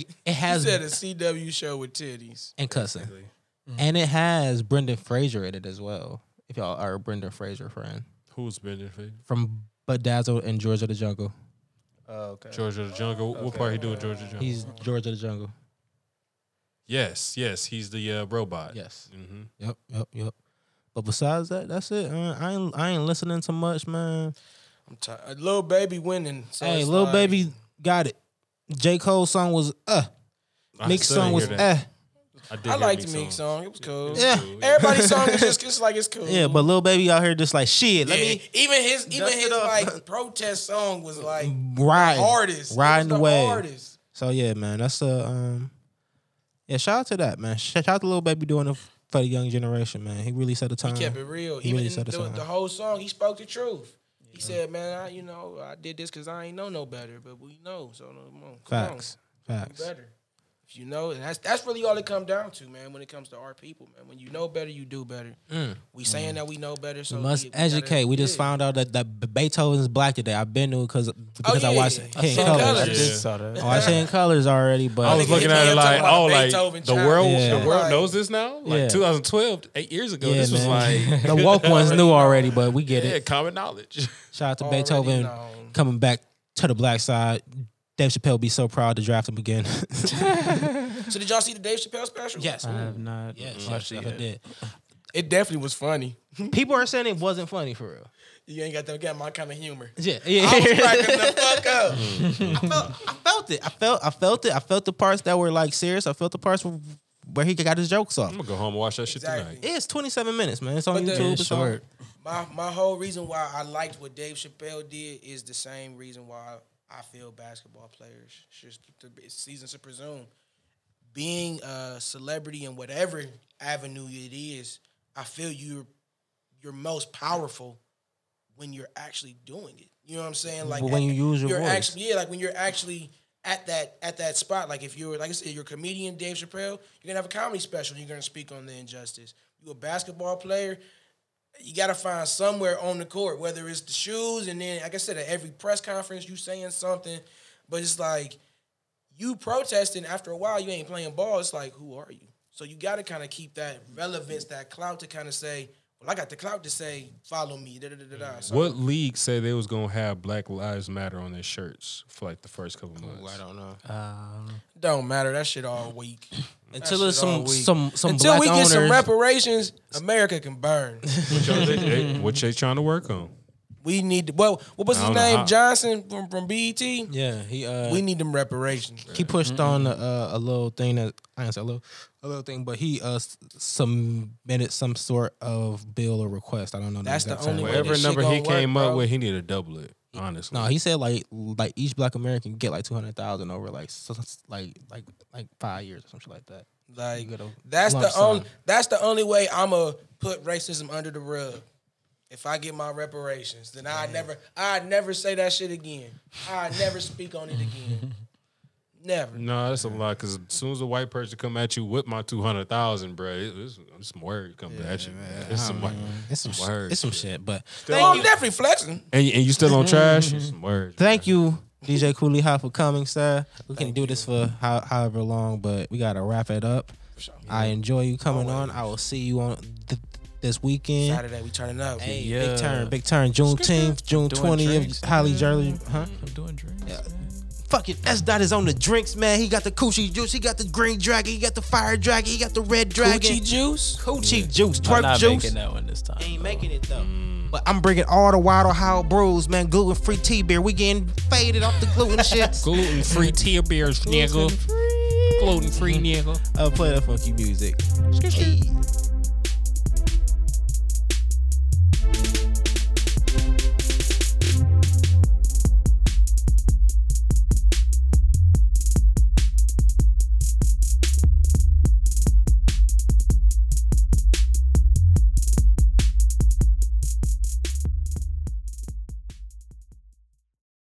it You has said a CW show with titties. and cussing, and it has Brendan Fraser in it as well. If y'all are a Brendan Fraser friend Who's been there? from Bedazzled and George of the Jungle, Oh, okay. Georgia the Jungle. What part he doing? Georgia the Jungle. he's George of the Jungle. yes, yes. He's the uh, robot. Yes. Mm-hmm. Yep. Yep. Yep. But besides that, that's it. man. I ain't I ain't listening to much, man. I'm tired. Little baby winning. So hey, it's little like- baby got it. J Cole's song was uh, Nick's song was eh. I, did I hear liked Meek's Meek song. It was cool. Yeah. Cool, Everybody's song is just it's like it's cool. Yeah, but little baby out here just like shit. Yeah, Let me even his even Dust it his up. like protest song was like ride artist. It riding was the wave. Artist. So yeah, man, that's a um, yeah. Shout out to that man. Sh- Shout out to little baby doing it for the young generation, man. He really set a He time. kept it real. he Even really in said the, it's on. the whole song, he spoke the truth. He said, "Man, I you know I did this because I ain't know no better, but we know. So no, come on, come Facts, on, you facts. better. If you know, and that's that's really all it comes down to, man. When it comes to our people, man, when you know better, you do better. We saying that we know better, so Mm. We must we gotta- educate. We just yeah. Oh, found out that, that B- Beethoven's black today. I've been to it 'cause- because I yeah. watched I Hidden saw Colors. Colors. I Yeah. just- Saw that. I watched Hidden Colors already, but I was Nigga, looking you at it can't like, talk about oh, a like Beethoven the child. world, Yeah. the world Like- knows this now. Like Yeah. 2012, eight years ago, this was like the woke ones knew already, but we get yeah, it. common knowledge. Shout out to Already Beethoven known. coming back to the black side. Dave Chappelle be so proud to draft him again. So did y'all see the Dave Chappelle special? yes, I have not. yes, watched it yes, I yet. did. it definitely was funny. People are saying it wasn't funny for real. You ain't got that got my kind of humor. Yeah, I was cracking yeah. the fuck up. I felt, I felt felt it. I felt I felt it. I felt the parts that were like serious. I felt the parts where he got his jokes off. I'm gonna go home and watch that shit Exactly. tonight. It's 27 minutes, man. It's on But the- YouTube. Yeah, It's short. My my whole reason why I liked what Dave Chappelle did is the same reason why I feel basketball players should it's seasons to presume being a celebrity in whatever avenue it is. I feel you're you're most powerful when you're actually doing it. You know what I'm saying? Like when you use your you're voice. actually yeah, like when you're actually at that at that spot. Like if you're like I said, you're a comedian Dave Chappelle, you're gonna have a comedy special. You're gonna speak on the injustice. You a basketball player, you got to find somewhere on the court, whether it's the shoes, and then, like I said, at every press conference, you saying something, but it's like you protesting. After a while, you ain't playing ball. It's like, who are you? So you got to kind of keep that relevance, that clout, to kind of say, well, I got the clout to say, follow me. Da, da, da, da, da. So What league said they was gonna have Black Lives Matter on their shirts for like the first couple months? I don't know. don't matter. That shit all week. until shit there's some all week. some some Until black we get owners, some reparations, America can burn. What y'all- they- they- what they trying to work on? we need to, well, what was I his don't know name? how. Johnson from, from BET? Yeah, he uh We need them reparations. he pushed on uh, a little thing that I didn't say a little a little thing, but he uh s- submitted some sort of bill or request. I don't know. That's the exact term. only way Whatever this shit number he gonna work, came up bro. with, he need to double it. Honestly, No, he said like like each black American can get like two hundred thousand over like so, like like like five years or something like that. Like You get a that's the lump only sum. that's the only way I'ma put racism under the rug. If I get my reparations, then I never I never say that shit again. I never speak on it again. Never. No, that's a lot. Because as soon as a white person come at you with my two hundred thousand, bro, it, it's, it's some word coming at you. Man. It's some word. It's some sh- Word it's some shit, but Oh, I'm definitely flexing. And, you- and you still on trash? It's some word. Thank you, DJ Cooley Hot, for coming, sir. We can do this for how, however long, but we gotta wrap it up. I enjoy you coming on. I will see you on th- this weekend. Saturday we turning up. Hey, Yeah. big turn, big turn. Juneteenth, June Doing drinks, twentieth, Holly man. Jolly, huh? I'm doing drinks. man. Fucking S Dot is on the drinks, man. He got the coochie juice, he got the green dragon, he got the fire dragon, he got the red dragon, Gucci juice. Coochie juice, I'm twerk not juice. making that one this time. Ain't though. making it though. But I'm bringing all the Wild Ohio brews, man. Gluten free tea beer. We getting faded off the gluten shit. Gluten free tea beers, nigga. Gluten free, nigga. uh, play that funky music. Hey.